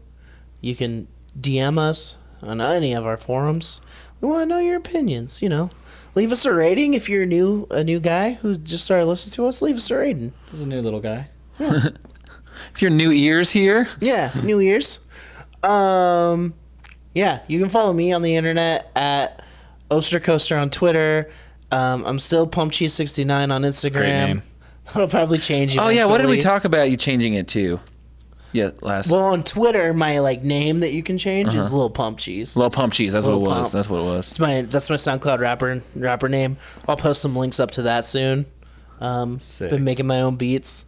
You can DM us on any of our forums. We want to know your opinions. You know, leave us a rating if you're new, a new guy who just started listening to us. Leave us a rating.
There's a new little guy.
if your new ears here,
Yeah, New Year's. Um, yeah, you can follow me on the internet at Oster Coaster on Twitter. Um, I'm still Pump Cheese 69 on Instagram.
Great name.
I'll probably change it.
Oh yeah, what did we
eventually.
talk about? You changing it to? Yeah, last
Well, on Twitter, my like name that you can change is
Uh-huh.
Lil Pump Cheese.
Lil Pump Cheese. That's what it
Lil
was.
Pump.
That's what it was.
It's my that's my SoundCloud rapper rapper name. I'll post some links up to that soon. Um,
Sick.
been making my own beats.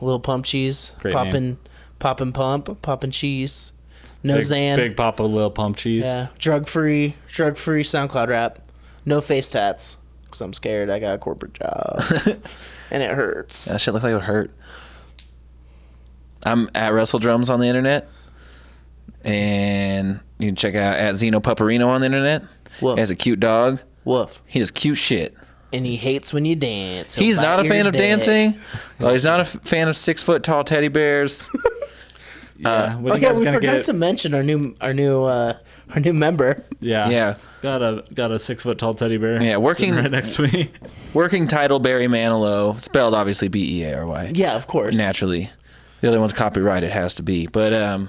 Little pump cheese,
Great
poppin', poppin' pump, poppin' cheese, nose
big,
dan,
Big Papa Lil Pump Cheese.
yeah, drug free, drug free SoundCloud rap, no face tats, cause I'm scared. I got a corporate job, and it hurts.
That shit looked like it would hurt. I'm at Wrestle Drums on the internet, and you can check out at Zeno Paparino on the internet.
Woof.
He has a cute dog.
Woof.
He does cute shit.
And he hates when you dance. He'll
He's
bite
not a
your
fan of
dick.
dancing. Well, he's not a f- fan of six foot tall teddy bears. Uh,
Yeah. What
Oh
are you
yeah,
guys
we
gonna
forgot
get?
to mention our new our new uh, our new member.
Yeah.
Yeah.
Got a got a six foot tall teddy bear.
Yeah, working-
sitting right next to me.
Working title Barry Manilow, spelled obviously B E A R Y.
Yeah, of course.
naturally. The other one's copyright. It has to be, but um,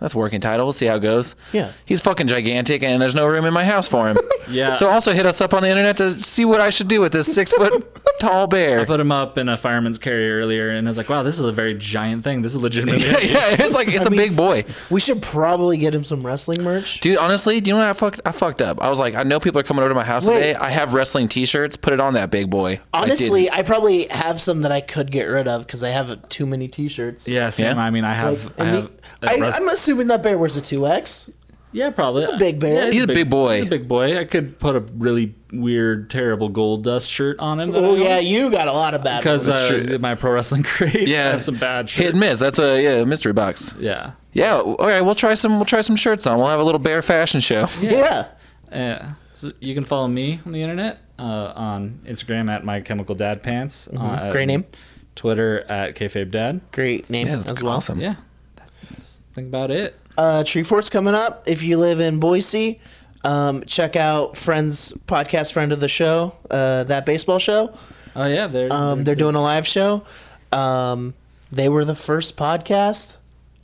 that's a working title. We'll see how it goes.
Yeah.
he's fucking gigantic, and there's no room in my house for him.
Yeah.
So also hit us up on the internet to see what I should do with this six foot tall bear.
I put him up in a fireman's carrier earlier, and I was like, "Wow, this is a very giant thing. This is legitimately."
yeah, yeah, it's like it's a big boy,
We should probably get him some wrestling merch.
dude. Honestly, do you know what I fucked? I fucked up. I was like, I know people are coming over to my house
Wait.
today. I have wrestling T-shirts. Put it on that big boy. I
Honestly,
didn't.
I, probably have some that I could get rid of because I have too many T-shirts.
Yeah, Sam.
Yeah.
I mean, I
Like,
have. I
and
have.
he- I,
a res-
I'm assuming that bear wears a two X.
yeah, probably. It's
a big bear.
He's a big boy.
He's a big boy. I could put a really weird, terrible gold dust shirt on him.
Oh yeah, you got a lot of bad
Uh, because
ones.
uh, my pro wrestling career.
yeah,
I have some bad shirts.
hit and miss. That's a yeah mystery box.
Yeah.
Yeah, all right. We'll try some. We'll try some shirts on. We'll have a little bear fashion show.
yeah.
Yeah. Uh, So you can follow me on the internet uh, on Instagram at my chemical dad pants. uh,
Mm-hmm. Great name. Mm-hmm.
Twitter at kayfabe dad.
great name
Yeah, that's
as well.
awesome.
Yeah. That's I think about it.
Uh, Tree Fort's coming up. If you live in Boise, um, check out friends podcast friend of the show, uh, that baseball show.
Oh yeah, they're
Um, they're doing a live show. Um, they were the first podcast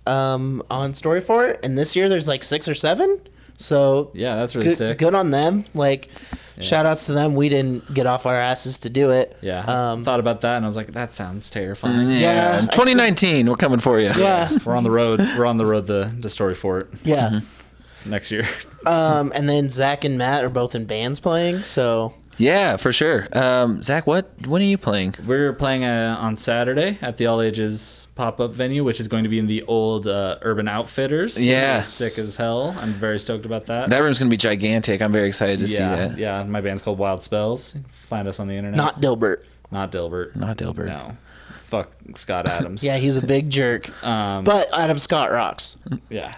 um, on Story for it, and this year there's like six or seven. So
Yeah, that's really
good,
sick.
good on them. Like, shout outs to them. We didn't get off our asses to do it.
Yeah.
Um,
thought about that and I was like, that sounds terrifying.
Yeah,
Yeah,
2019, Um, we're coming for you.
yeah,
We're on the road. We're on the road the to Story Fort
yeah.
next year.
Um, and then Zach and Matt are both in bands playing. So
Yeah, for sure. Um, Zach, what when are you playing?
We're playing uh, on Saturday at the All Ages pop up venue, which is going to be in the old uh, Urban Outfitters.
Yes.
Sick as hell. I'm very stoked about that.
That room's gonna be gigantic. I'm very excited to see
yeah,
that.
yeah. My band's called Wild Spells. Find us on the internet.
not Dilbert.
not Dilbert.
Not Dilbert.
No, fuck Scott Adams.
Yeah, he's a big jerk.
um,
But Adam Scott rocks.
yeah.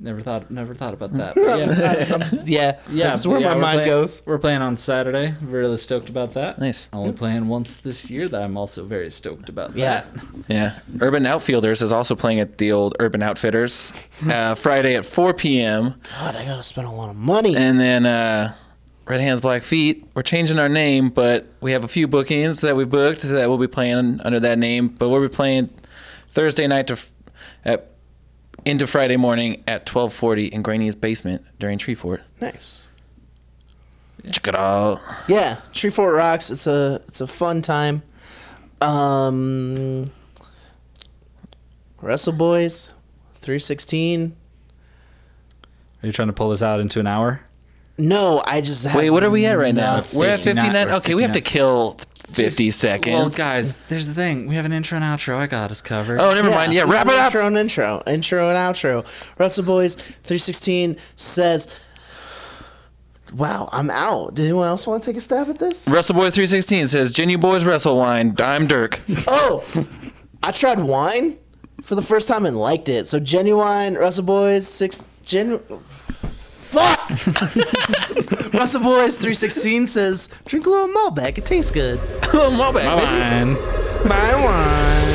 Never thought, never thought about that. But yeah,
yeah,
yeah,
That's where
yeah,
my
we're
mind
playing-
goes.
We're playing on Saturday. Really stoked about that.
Nice.
Only playing once this year. That I'm also very stoked about.
Yeah.
that.
Yeah. Urban Outfielders is also playing at the old Urban Outfitters uh, Friday at 4 p.m.
God, I gotta spend a lot of money.
And then uh, Red Hands Black Feet, we're changing our name, but we have a few bookings that we booked that we'll be playing under that name. But we'll be playing Thursday night to f- at, into Friday morning at 12:40 in Granny's basement during Tree Fort.
nice.
Check it out.
Yeah, Tree Fort rocks. It's a it's a fun time. Um, Wrestle Boys, three sixteen.
Are you trying to pull this out into an hour?
No, I just have
Wait, what are we at right now?
nothing.
We're at 59.
Not- we're
okay, we have to kill 50 seconds.
Well, guys, there's the thing. We have an intro and outro. I got us covered.
Oh, never mind. Yeah,
there's
wrap
an
it up.
Intro and intro, intro and outro. Wrestle Boys three sixteen says, "Wow, I'm out." Did anyone else want to take a stab at this?
WrestleBoy316 says, Ginny Boys Wrestle Wine. I'm Dirk.
Oh, I tried wine for the first time and liked it. So genuine Russell Boys six gen. Fuck. Russell Boys three sixteen
Oh,
says drink a little Malbec. It tastes good.
Come on back, baby.
Fine.
My wine.